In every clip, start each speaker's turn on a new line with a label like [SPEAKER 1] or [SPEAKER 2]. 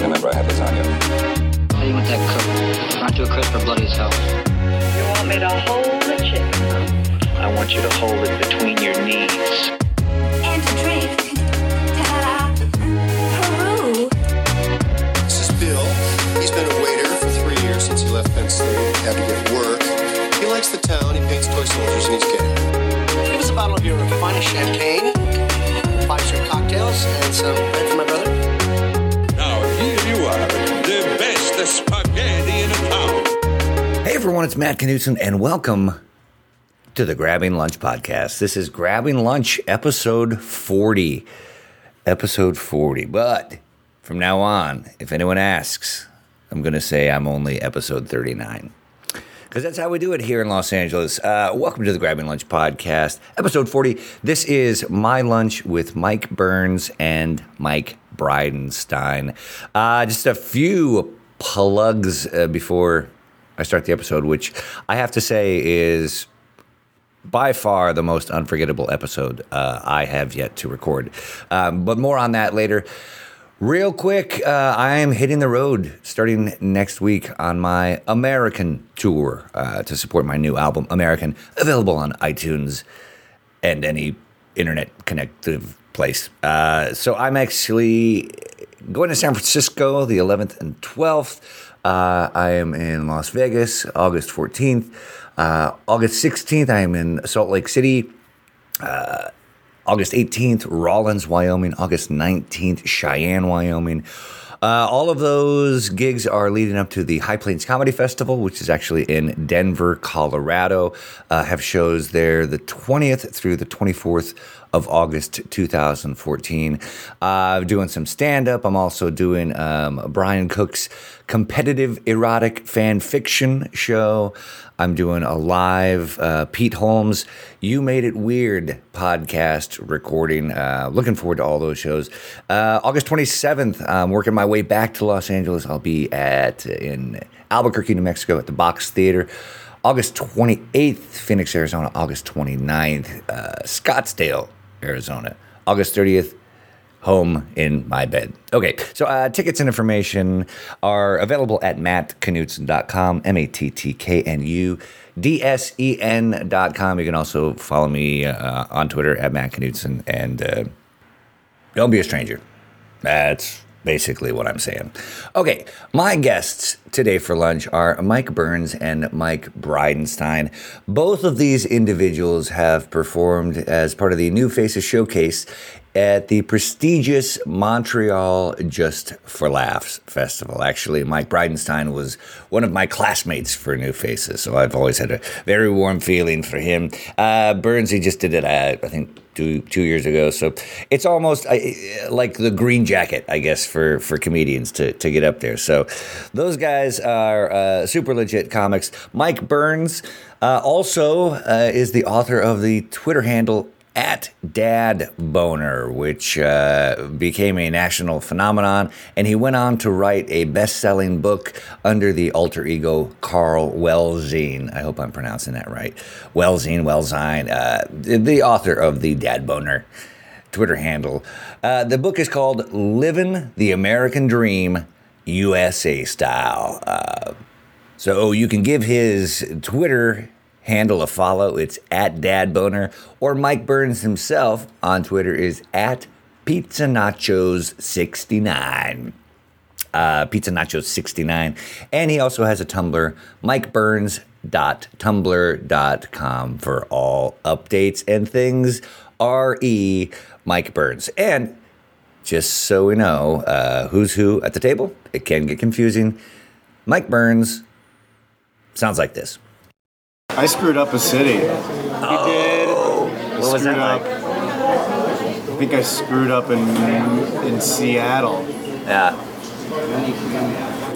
[SPEAKER 1] remember I had lasagna.
[SPEAKER 2] How do you want that cooked? Not to a crisp or bloody as hell.
[SPEAKER 3] You want me to hold the chicken?
[SPEAKER 2] I want you to hold it between your knees.
[SPEAKER 4] and drift to Peru.
[SPEAKER 5] This is Bill. He's been a waiter for three years since he left Penn State. Had to get work. He likes the town. He paints toy soldiers and he's gay.
[SPEAKER 6] Give us a bottle of your finest champagne, five shrimp cocktails, and some bread for my brother.
[SPEAKER 7] Now here you are, the best spaghetti in town.
[SPEAKER 8] Hey everyone, it's Matt Knutson, and welcome to the Grabbing Lunch podcast. This is Grabbing Lunch, episode 40. Episode 40. But from now on, if anyone asks, I'm going to say I'm only episode 39. Because that's how we do it here in Los Angeles. Uh, welcome to the Grabbing Lunch podcast, episode 40. This is My Lunch with Mike Burns and Mike Bridenstine. Uh, just a few plugs uh, before I start the episode, which I have to say is by far the most unforgettable episode uh, I have yet to record. Um, but more on that later. Real quick, uh, I am hitting the road starting next week on my American tour uh, to support my new album, American, available on iTunes and any internet connective place. Uh, so I'm actually going to San Francisco the 11th and 12th. Uh, I am in Las Vegas August 14th. Uh, August 16th, I am in Salt Lake City. August 18th, Rollins, Wyoming. August 19th, Cheyenne, Wyoming. Uh, all of those gigs are leading up to the High Plains Comedy Festival, which is actually in Denver, Colorado. Uh, have shows there the 20th through the 24th of August 2014. Uh, doing some stand up. I'm also doing um, Brian Cook's competitive erotic fan fiction show. I'm doing a live uh, Pete Holmes You Made It Weird podcast recording. Uh, looking forward to all those shows. Uh, August 27th, I'm working my way back to Los Angeles. I'll be at in Albuquerque, New Mexico at the Box Theater. August 28th, Phoenix, Arizona. August 29th, uh, Scottsdale, Arizona. August 30th, home in my bed. Okay, so uh, tickets and information are available at mattknudsen.com, M A T T K N U D S E N.com. You can also follow me uh, on Twitter at Matt Knudsen and uh, don't be a stranger. That's basically what I'm saying. Okay, my guests today for lunch are Mike Burns and Mike Bridenstine. Both of these individuals have performed as part of the New Faces Showcase at the prestigious Montreal Just for Laughs Festival. Actually, Mike Bridenstine was one of my classmates for New Faces, so I've always had a very warm feeling for him. Uh, Burns, he just did it, uh, I think, two two years ago. So it's almost uh, like the green jacket, I guess, for for comedians to to get up there. So those guys are uh, super legit comics. Mike Burns uh, also uh, is the author of the Twitter handle. At Dad Boner, which uh, became a national phenomenon, and he went on to write a best selling book under the alter ego Carl Wellzine. I hope I'm pronouncing that right. Wellzine, Wellzine, uh, the- the author of the Dad Boner Twitter handle. Uh, the book is called Living the American Dream USA Style. Uh, so you can give his Twitter handle a follow. It's at Dad Boner, or Mike Burns himself on Twitter is at Pizza Nachos 69 uh, Pizza Nachos 69. And he also has a Tumblr, mikeburns.tumblr.com for all updates and things. R.E. Mike Burns. And just so we know uh, who's who at the table, it can get confusing. Mike Burns sounds like this.
[SPEAKER 9] I screwed up a city. He did. I
[SPEAKER 8] What was
[SPEAKER 9] screwed
[SPEAKER 8] that like?
[SPEAKER 9] up. I think I screwed up in in Seattle.
[SPEAKER 8] Yeah.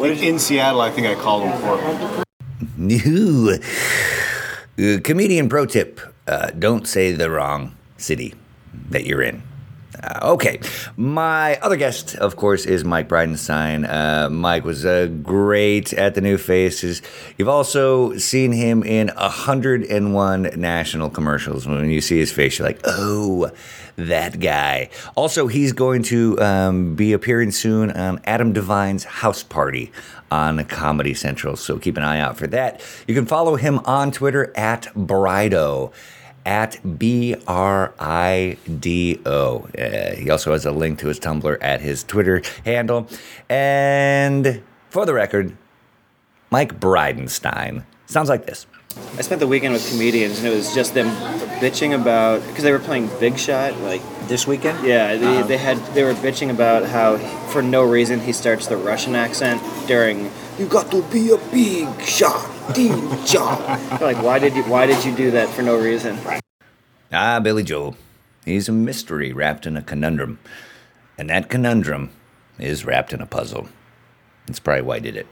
[SPEAKER 9] In Seattle, I think I called him Portland.
[SPEAKER 8] New uh, comedian pro tip uh, don't say the wrong city that you're in. Uh, okay. My other guest, of course, is Mike Bridenstine. Uh, Mike was uh, great at the New Faces. You've also seen him in 101 national commercials. When you see his face, you're like, oh, that guy. Also, he's going to um, be appearing soon on Adam Devine's House Party on Comedy Central. So keep an eye out for that. You can follow him on Twitter at Brido at B R I D O. Uh, he also has a link to his Tumblr at his Twitter handle. And for the record, Mike Bridenstine sounds like this.
[SPEAKER 1] I spent the weekend with comedians, and it was just them bitching about because they were playing Big Shot. Like,
[SPEAKER 6] This weekend?
[SPEAKER 1] yeah, they, they had they were bitching about how for no reason he starts the Russian accent during.
[SPEAKER 6] You got to be a big shot, big shot.
[SPEAKER 1] Like, why did you why did you do that for no reason?
[SPEAKER 8] Ah, Billy Joel. He's a mystery wrapped in a conundrum. And that conundrum is wrapped in a puzzle. That's probably why I did it.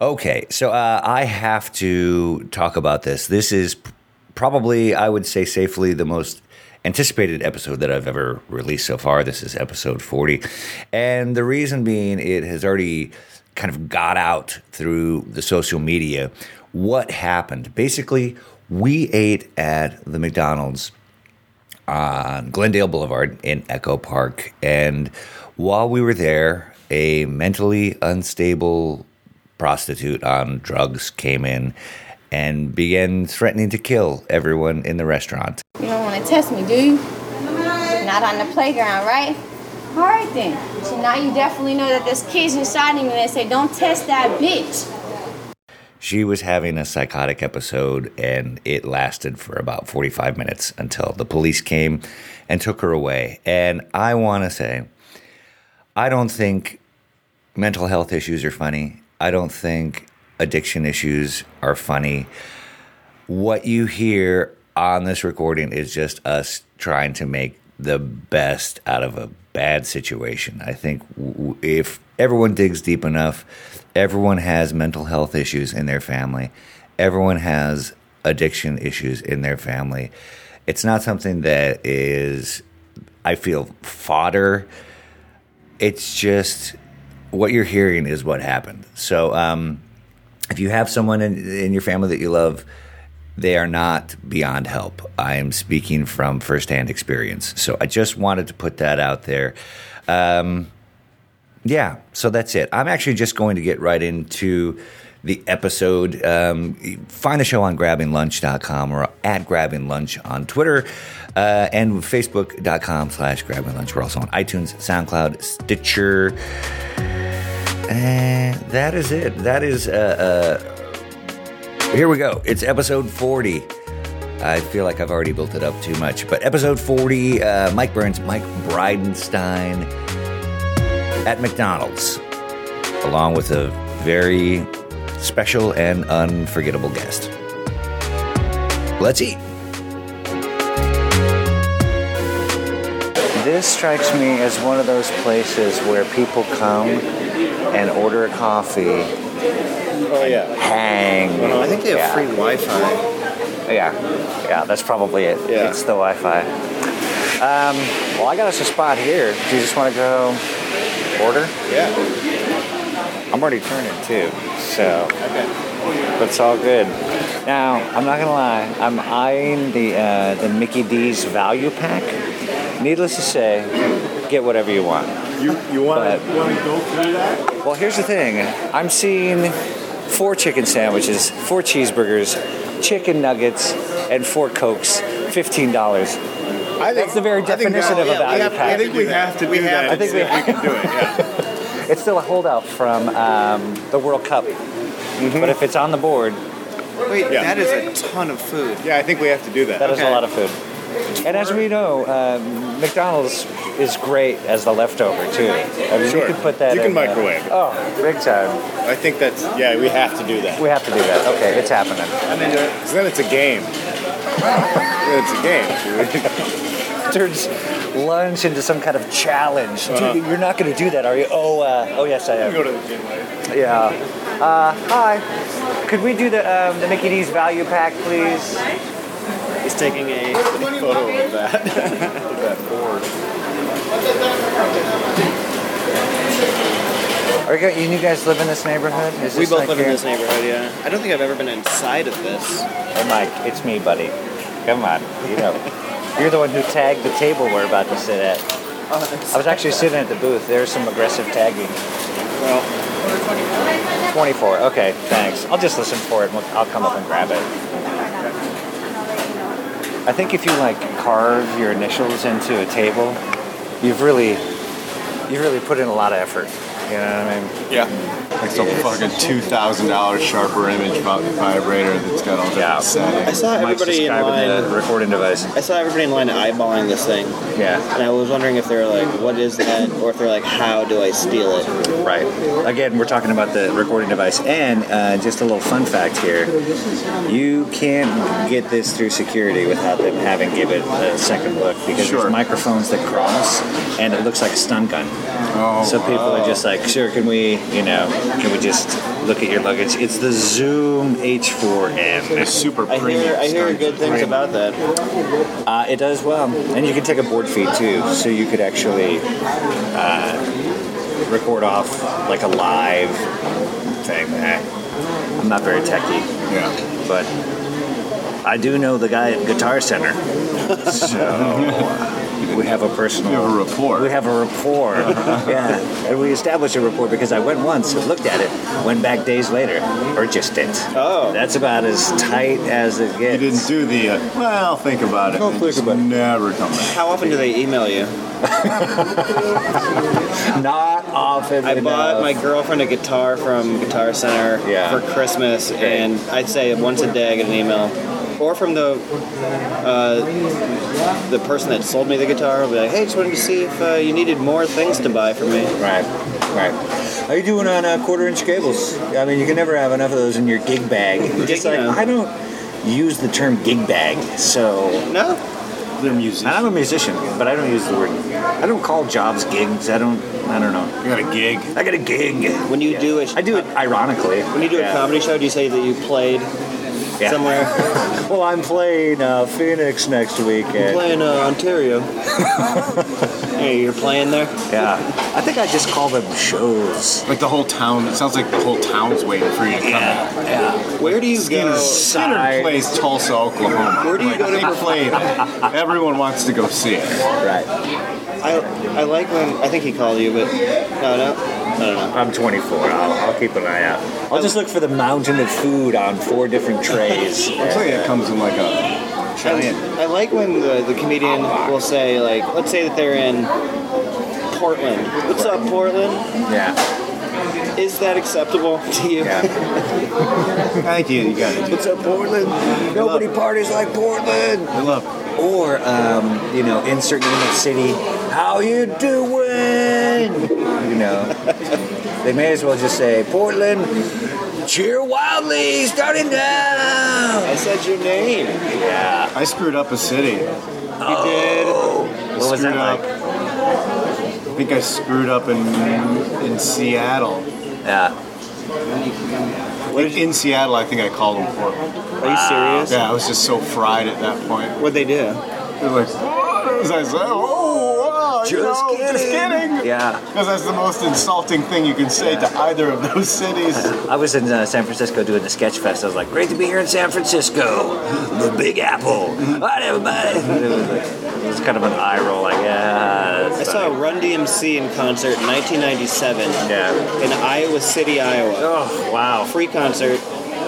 [SPEAKER 8] Okay, so uh, I have to talk about this. This is p- probably, I would say, safely the most anticipated episode that I've ever released so far. This is episode 40. And the reason being, it has already kind of got out through the social media what happened. Basically, we ate at the McDonald's on Glendale Boulevard in Echo Park. And while we were there, a mentally unstable prostitute on drugs came in and began threatening to kill everyone in the restaurant.
[SPEAKER 10] You don't want to test me, do you? Not on the playground, right? All right then. So now you definitely know that there's kids inside of you that say, "Don't test that bitch."
[SPEAKER 8] She was having a psychotic episode, and it lasted for about 45 minutes until the police came and took her away. And I want to say, I don't think mental health issues are funny. I don't think addiction issues are funny. What you hear on this recording is just us trying to make the best out of a bad situation. I think w- w- if everyone digs deep enough, everyone has mental health issues in their family, everyone has addiction issues in their family. It's not something that is, I feel, fodder it's just what you're hearing is what happened. So, um, if you have someone in, in your family that you love, they are not beyond help. I am speaking from firsthand experience. So, I just wanted to put that out there. Um, yeah, so that's it. I'm actually just going to get right into the episode. Um, find the show on grabbinglunch.com or at grabbinglunch on Twitter uh, and facebook.com slash grabbinglunch. We're also on iTunes, SoundCloud, Stitcher. And that is it. That is, uh, uh, here we go. It's episode 40. I feel like I've already built it up too much. But episode 40, uh, Mike Burns, Mike Bridenstine at McDonald's, along with a very special and unforgettable guest. Let's eat. This strikes me as one of those places where people come and order a coffee,
[SPEAKER 1] Oh yeah.
[SPEAKER 8] hang.
[SPEAKER 1] I think they have
[SPEAKER 8] Yeah.
[SPEAKER 1] free Wi-Fi.
[SPEAKER 8] Yeah, yeah, that's probably it.
[SPEAKER 1] Yeah.
[SPEAKER 8] It's the Wi Fi. Um, well, I got us a spot here. Do you just want to go order?
[SPEAKER 1] Yeah.
[SPEAKER 8] I'm already turning too, so but it's all good. Now I'm not gonna lie, I'm eyeing the uh, the Mickey D's value pack. Needless to say, get whatever you want.
[SPEAKER 9] You you want
[SPEAKER 8] But-
[SPEAKER 9] to want to go through that?
[SPEAKER 8] Well, here's the thing: I'm seeing four chicken sandwiches, four cheeseburgers, chicken nuggets, and four cokes. Fifteen dollars.
[SPEAKER 9] I think,
[SPEAKER 8] That's the very definition of a value pack.
[SPEAKER 9] I think we have to do that.
[SPEAKER 8] I think we-
[SPEAKER 9] we can do it. Yeah.
[SPEAKER 8] It's still a holdout from um, the World Cup, Mm-hmm. but if it's on the board,
[SPEAKER 6] Wait,
[SPEAKER 9] Yeah.
[SPEAKER 6] that is a ton of food.
[SPEAKER 9] yeah, I think we have to do that.
[SPEAKER 8] That is
[SPEAKER 6] Okay.
[SPEAKER 8] a lot of food. And as we know, um, McDonald's is great as the leftover too. I mean,
[SPEAKER 9] Sure.
[SPEAKER 8] You can put that.
[SPEAKER 9] You can
[SPEAKER 8] in, uh,
[SPEAKER 9] microwave it.
[SPEAKER 8] oh, big time!
[SPEAKER 9] I think that's yeah, we have to do that.
[SPEAKER 8] We have to do that. Okay, it's happening.
[SPEAKER 9] I'm into it. 'Cause then it's a game. Then it's a game.
[SPEAKER 8] Turns lunch into some kind of challenge.
[SPEAKER 9] Uh-huh.
[SPEAKER 8] Dude, you're not going to do that, are you? Oh, uh, oh yes, I am.
[SPEAKER 9] to the gym later.
[SPEAKER 8] Yeah. Uh, hi. Could we do the um, the Mickey D's value pack, please?
[SPEAKER 1] He's taking a
[SPEAKER 9] Photo of that.
[SPEAKER 8] Are you, and you guys live in this neighborhood? Is
[SPEAKER 1] we
[SPEAKER 8] this
[SPEAKER 1] both
[SPEAKER 8] like
[SPEAKER 1] live in
[SPEAKER 8] your-
[SPEAKER 1] this neighborhood, yeah. I don't think I've ever been inside of this.
[SPEAKER 11] Hey, Mike, it's me, buddy. Come on, you know. You're the one who tagged the table we're about to sit at. I was actually sitting at the booth. There's some aggressive tagging.
[SPEAKER 1] Well,
[SPEAKER 11] 24. Okay, thanks. I'll just listen for it. and I'll come up and grab it. I think if you like carve your initials into a table, you've really, you've really put in a lot of effort. You know what I mean?
[SPEAKER 9] Yeah. It's a fucking $2,000 sharper image about the vibrator that's got all that
[SPEAKER 1] I
[SPEAKER 9] settings.
[SPEAKER 1] saw everybody in line.
[SPEAKER 11] recording device.
[SPEAKER 1] I saw everybody in line eyeballing this thing,
[SPEAKER 11] Yeah.
[SPEAKER 1] and I was wondering if they were like, "What is that?" or if they're like, "How do I steal it?"
[SPEAKER 11] Right. Again, we're talking about the recording device. And uh, just a little fun fact here you can't get this through security without them having give it a second look because
[SPEAKER 9] Sure.
[SPEAKER 11] there's microphones that cross and it looks like a stun gun.
[SPEAKER 9] Oh,
[SPEAKER 11] so people
[SPEAKER 9] wow.
[SPEAKER 11] are just like, sure, can we, you know, can we just look at your luggage? It's the Zoom H4M.
[SPEAKER 9] It's super
[SPEAKER 1] I
[SPEAKER 9] premium.
[SPEAKER 1] hear I hear
[SPEAKER 9] stuff.
[SPEAKER 1] good things about that.
[SPEAKER 11] Uh, it does well. And you can take a board feed too, so you could actually uh, record off like a live thing. Eh, I'm not very techy,
[SPEAKER 9] Yeah.
[SPEAKER 11] but I do know the guy at Guitar Center. So
[SPEAKER 1] Oh.
[SPEAKER 11] uh, we have a personal.
[SPEAKER 9] You have a rapport.
[SPEAKER 11] We have a rapport. yeah. And we established a rapport because I went once, looked at it, went back days later, purchased it.
[SPEAKER 1] Oh.
[SPEAKER 11] That's about as tight as it
[SPEAKER 9] You
[SPEAKER 11] gets.
[SPEAKER 9] didn't do the, uh, well, think about it.
[SPEAKER 11] Don't
[SPEAKER 9] They
[SPEAKER 11] think
[SPEAKER 9] just
[SPEAKER 11] about it.
[SPEAKER 9] Never come back.
[SPEAKER 1] How often do they email you?
[SPEAKER 11] Not often.
[SPEAKER 1] I bought
[SPEAKER 11] enough.
[SPEAKER 1] my girlfriend a guitar from Guitar Center
[SPEAKER 11] Yeah.
[SPEAKER 1] for Christmas, and I'd say once a day I get an email, or from the uh, the person that sold me the guitar. will be like, "Hey, just wanted to see if uh, you needed more things to buy for me."
[SPEAKER 11] Right, right. How you doing on uh, quarter-inch cables? I mean, you can never have enough of those in your gig bag. Just like
[SPEAKER 1] Yeah.
[SPEAKER 11] I don't use the term gig bag, so
[SPEAKER 1] No,
[SPEAKER 9] They're
[SPEAKER 11] and
[SPEAKER 9] musicians.
[SPEAKER 11] I'm a musician, but I don't use the word. I don't call jobs gigs. I don't. I don't know.
[SPEAKER 9] You got a gig.
[SPEAKER 11] I got a gig.
[SPEAKER 1] When you do it-
[SPEAKER 11] I do it uh, ironically.
[SPEAKER 1] when you do a comedy show, do you say that you played
[SPEAKER 11] Yeah.
[SPEAKER 1] somewhere?
[SPEAKER 11] well, I'm playing uh, Phoenix next weekend.
[SPEAKER 1] playing uh, Ontario. hey, you're playing there.
[SPEAKER 11] Yeah, I think I just call them shows.
[SPEAKER 9] Like the whole town. It sounds like the whole town's waiting for you to come out.
[SPEAKER 1] Where do you
[SPEAKER 9] Skinner,
[SPEAKER 1] go?
[SPEAKER 9] Skinner
[SPEAKER 11] Side.
[SPEAKER 9] plays Tulsa, Oklahoma.
[SPEAKER 1] Where do you
[SPEAKER 9] Like,
[SPEAKER 1] go to-
[SPEAKER 9] they play that. Everyone wants to go see it.
[SPEAKER 11] Right.
[SPEAKER 1] I, I like when I think he called you, but no, no, I don't know.
[SPEAKER 11] I'm 24. I'll, I'll keep an eye out. I'll just look for the mountain of food on four different trays.
[SPEAKER 9] Looks like it comes in like a giant.
[SPEAKER 1] I like when the, the comedian will say, like, let's say that they're in Portland. What's up, Portland?
[SPEAKER 11] yeah.
[SPEAKER 1] Is that acceptable to you?
[SPEAKER 11] Yeah.
[SPEAKER 9] Thank you. You got it.
[SPEAKER 11] What's up, Portland? Nobody parties like Portland.
[SPEAKER 9] I love.
[SPEAKER 11] Or, um, you know, insert name of city. How you doing? You know, they may as well just say Portland. Cheer wildly, starting now.
[SPEAKER 1] I said your name.
[SPEAKER 11] Yeah.
[SPEAKER 9] I screwed up a city.
[SPEAKER 11] Oh.
[SPEAKER 9] I
[SPEAKER 11] What was
[SPEAKER 9] screwed
[SPEAKER 11] that like?
[SPEAKER 9] up. I think I screwed up in in Seattle.
[SPEAKER 11] Yeah.
[SPEAKER 9] Like in Seattle, I think I called them Portland.
[SPEAKER 1] Are you serious?
[SPEAKER 9] Yeah, I was just so fried at that point.
[SPEAKER 1] What'd they do?
[SPEAKER 9] They're like, what? As I said, oh, wow, you
[SPEAKER 11] Just
[SPEAKER 9] know, just
[SPEAKER 11] kidding."
[SPEAKER 9] kidding.
[SPEAKER 11] Yeah.
[SPEAKER 9] Because that's the most insulting thing you can say to either of those cities.
[SPEAKER 11] I was in uh, San Francisco doing the sketch fest. I was like, great to be here in San Francisco, the Big Apple. All right, everybody. It was, like, it was kind of an eye roll, like, yeah.
[SPEAKER 1] I
[SPEAKER 11] that's
[SPEAKER 1] saw
[SPEAKER 11] funny."
[SPEAKER 1] Run DMC in concert in 1997
[SPEAKER 11] Yeah.
[SPEAKER 1] in Iowa City, Iowa.
[SPEAKER 11] Oh, wow.
[SPEAKER 1] Free concert.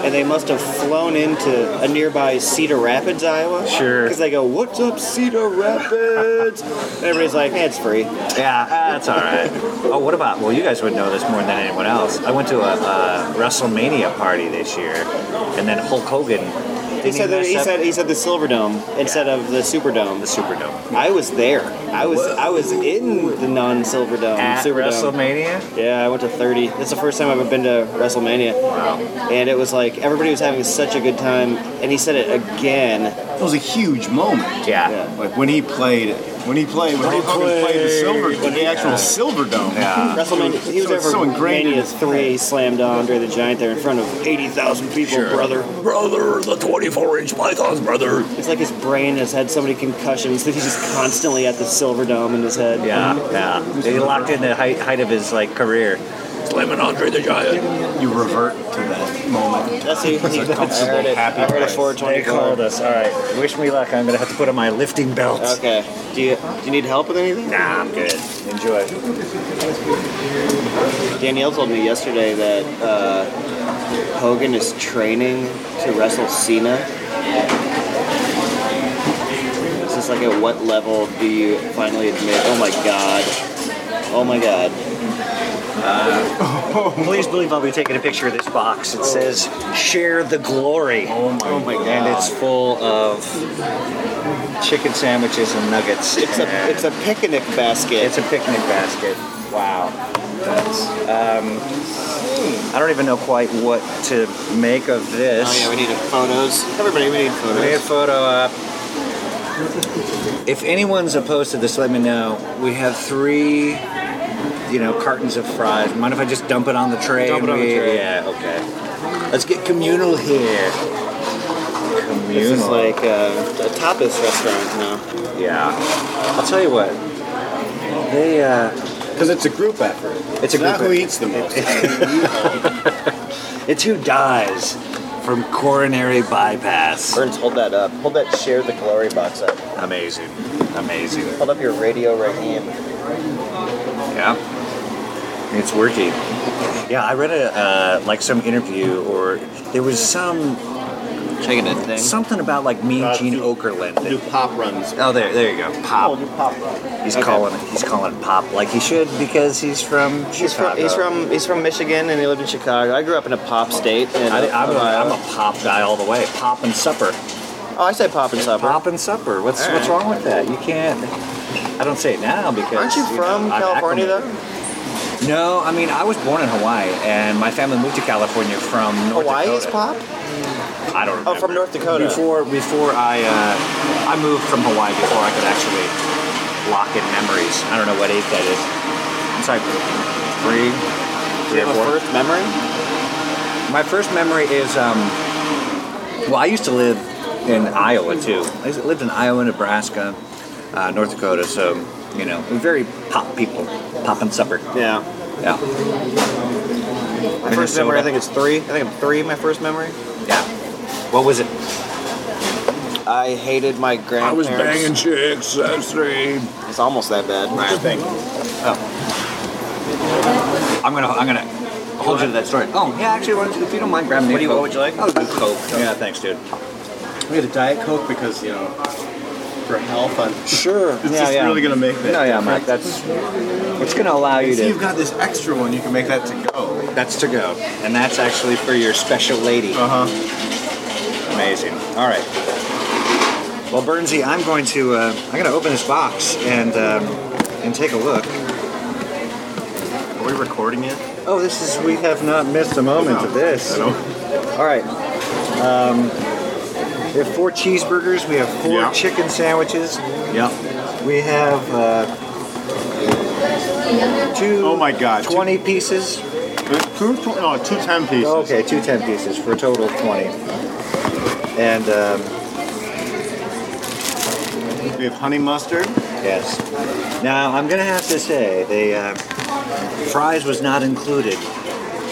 [SPEAKER 1] And they must have flown into a nearby Cedar Rapids, Iowa.
[SPEAKER 11] Sure.
[SPEAKER 1] Because they go, What's up, Cedar Rapids? and everybody's like, hey, it's free.
[SPEAKER 11] Yeah, that's all right. Oh, what about? Well, you guys would know this more than anyone else. I went to a, uh WrestleMania party this year, and then Hulk Hogan. didn't
[SPEAKER 1] He said, that,
[SPEAKER 11] mess
[SPEAKER 1] he
[SPEAKER 11] up
[SPEAKER 1] said he said the Silver Dome instead of the Superdome.
[SPEAKER 11] the Superdome
[SPEAKER 1] I was there. I was I was in the non-silver dome.
[SPEAKER 11] at
[SPEAKER 1] Superdome.
[SPEAKER 11] WrestleMania.
[SPEAKER 1] Yeah, I went to 30. That's the first time I've ever been to WrestleMania. Wow. And it was like everybody was having such a good time and he said it again.
[SPEAKER 9] It was a huge moment.
[SPEAKER 11] Yeah.
[SPEAKER 1] Yeah.
[SPEAKER 9] Like when he played, when he played, when
[SPEAKER 11] When he
[SPEAKER 9] Hulk Hogan played the silver,
[SPEAKER 11] played.
[SPEAKER 9] the actual
[SPEAKER 11] Yeah.
[SPEAKER 9] Silver Dome.
[SPEAKER 11] Yeah.
[SPEAKER 1] WrestleMania he was
[SPEAKER 9] Ah. So
[SPEAKER 1] there
[SPEAKER 9] it's
[SPEAKER 1] for
[SPEAKER 9] so ingrained in
[SPEAKER 1] Mania
[SPEAKER 9] his
[SPEAKER 1] 3 slammed on Andre the Giant there in front of 80,000 people, brother.
[SPEAKER 11] Brother, the 24-inch pythons, brother.
[SPEAKER 1] It's like his brain has had so many concussions that he's just constantly at the silver dome in his head.
[SPEAKER 11] Yeah, yeah. They locked in the height, height of his like career. slamming Andre the Giant. You revert to that moment.
[SPEAKER 1] That's a, I heard it. I heard it. 424.
[SPEAKER 11] They called us. All right. Wish me luck. I'm gonna have to put on my lifting belt.
[SPEAKER 1] Okay. Do you do you need help with anything?
[SPEAKER 11] Nah, I'm good. Enjoy.
[SPEAKER 1] Danielle told me yesterday that uh, Hogan is training to wrestle Cena. It's just like at what level do you finally admit, oh my god, oh my god.
[SPEAKER 11] Uh, Please believe I'll be taking a picture of this box. It says "Share the Glory." Oh my, god! And it's full of chicken sandwiches and nuggets.
[SPEAKER 1] It's a, it's a picnic basket.
[SPEAKER 11] It's a picnic basket. Wow. That's, um, I don't even know quite what to make of this.
[SPEAKER 1] Oh yeah, we need photos. Everybody, we need photos.
[SPEAKER 11] We need a photo op. If anyone's opposed to this, let me know. We have three, you know, cartons of fries. Mind if I just dump it on the tray?
[SPEAKER 1] Dump it
[SPEAKER 11] and
[SPEAKER 1] on the
[SPEAKER 11] we-
[SPEAKER 1] tray.
[SPEAKER 11] Yeah, okay. Let's get communal here. Communal.
[SPEAKER 1] This is like uh, a tapas restaurant now.
[SPEAKER 11] yeah. I'll tell you what. They, uh,
[SPEAKER 9] Because it's a group effort.
[SPEAKER 11] It's a
[SPEAKER 9] Not
[SPEAKER 11] group
[SPEAKER 9] who
[SPEAKER 11] effort.
[SPEAKER 9] eats the most.
[SPEAKER 11] it's who dies from coronary bypass.
[SPEAKER 1] Burns, hold that up. Hold that share the glory box up.
[SPEAKER 11] Amazing. Amazing.
[SPEAKER 1] Hold up your radio right hand.
[SPEAKER 11] Yeah. It's working. Yeah, I read a uh, like some interview or there was some
[SPEAKER 1] Checking that thing.
[SPEAKER 11] something about like me and
[SPEAKER 9] Uh,
[SPEAKER 11] Gene
[SPEAKER 9] do-
[SPEAKER 11] Okerlund.
[SPEAKER 9] Do pop runs.
[SPEAKER 11] Oh, there, there you go. Pop.
[SPEAKER 1] Oh, pop.
[SPEAKER 11] He's
[SPEAKER 1] Okay.
[SPEAKER 11] calling. it- He's calling it pop like he should because he's from Chicago.
[SPEAKER 1] He's from, he's from he's from Michigan and he lived in Chicago. I grew up in a pop state. And
[SPEAKER 11] I, am a, I'm a pop guy all the way. Pop and supper.
[SPEAKER 1] oh, I say pop and supper.
[SPEAKER 11] Pop and supper. What's
[SPEAKER 1] All
[SPEAKER 11] what's
[SPEAKER 1] right.
[SPEAKER 11] wrong with that? You can't. I don't say it now because.
[SPEAKER 1] Aren't you
[SPEAKER 11] know,
[SPEAKER 1] from
[SPEAKER 11] I'm
[SPEAKER 1] California
[SPEAKER 11] acclimated.
[SPEAKER 1] though?
[SPEAKER 11] No, I mean I was born in Hawaii, and my family moved to California from North
[SPEAKER 1] Hawaii
[SPEAKER 11] Dakota.
[SPEAKER 1] is pop.
[SPEAKER 11] I don't remember.
[SPEAKER 1] Oh, from North Dakota.
[SPEAKER 11] Before before I uh, I moved from Hawaii before I could actually lock in memories. I don't know what age that is. I'm sorry, three,
[SPEAKER 1] Do
[SPEAKER 11] three or
[SPEAKER 1] you have a
[SPEAKER 11] four.
[SPEAKER 1] first memory?
[SPEAKER 11] My first memory is um, well, I used to live in Iowa too. I used to- lived in Iowa, Nebraska, uh, North Dakota. So you know, we're very pop people, pop and supper.
[SPEAKER 1] Yeah.
[SPEAKER 11] Yeah,
[SPEAKER 1] My first memory,
[SPEAKER 11] Minnesota.
[SPEAKER 1] I think it's three. I think I'm three. My first memory.
[SPEAKER 11] yeah. What was it?
[SPEAKER 1] I hated my grandparents.
[SPEAKER 11] chicks. That's three.
[SPEAKER 1] It's almost that bad.
[SPEAKER 11] I think. I'm gonna I'm gonna hold you to that story. Oh yeah, actually, why don't you, if you don't mind grabbing
[SPEAKER 1] What do you-
[SPEAKER 11] Coke.
[SPEAKER 1] what would you like?
[SPEAKER 11] I'll do Coke. Yeah, thanks, dude.
[SPEAKER 9] We had a Diet Coke because, you know, for health on.
[SPEAKER 11] Sure.
[SPEAKER 9] It's just really going to make that.
[SPEAKER 11] No, yeah, Mike. That's it's gonna allow you
[SPEAKER 9] See, you've
[SPEAKER 11] to.
[SPEAKER 9] got this extra one. You can make that to go.
[SPEAKER 11] That's to go, and that's actually for your special lady.
[SPEAKER 9] Uh huh.
[SPEAKER 11] Amazing. All right. Well, Bernsey, I'm going to uh, I'm gonna open this box and um, and take a look.
[SPEAKER 9] Are we recording yet?
[SPEAKER 11] Oh, this is we have not missed a moment of this.
[SPEAKER 9] I know.
[SPEAKER 11] All right. Um, we have four cheeseburgers. We have four
[SPEAKER 9] Yeah.
[SPEAKER 11] chicken sandwiches.
[SPEAKER 9] Yeah.
[SPEAKER 11] We have uh, two.
[SPEAKER 9] Oh my God, two-
[SPEAKER 11] Twenty pieces.
[SPEAKER 9] Two, tw- no, two 10 pieces.
[SPEAKER 11] Okay, two ten pieces for a total of twenty. And um,
[SPEAKER 9] We have honey mustard.
[SPEAKER 11] yes. Now I'm gonna have to say the uh, fries was not included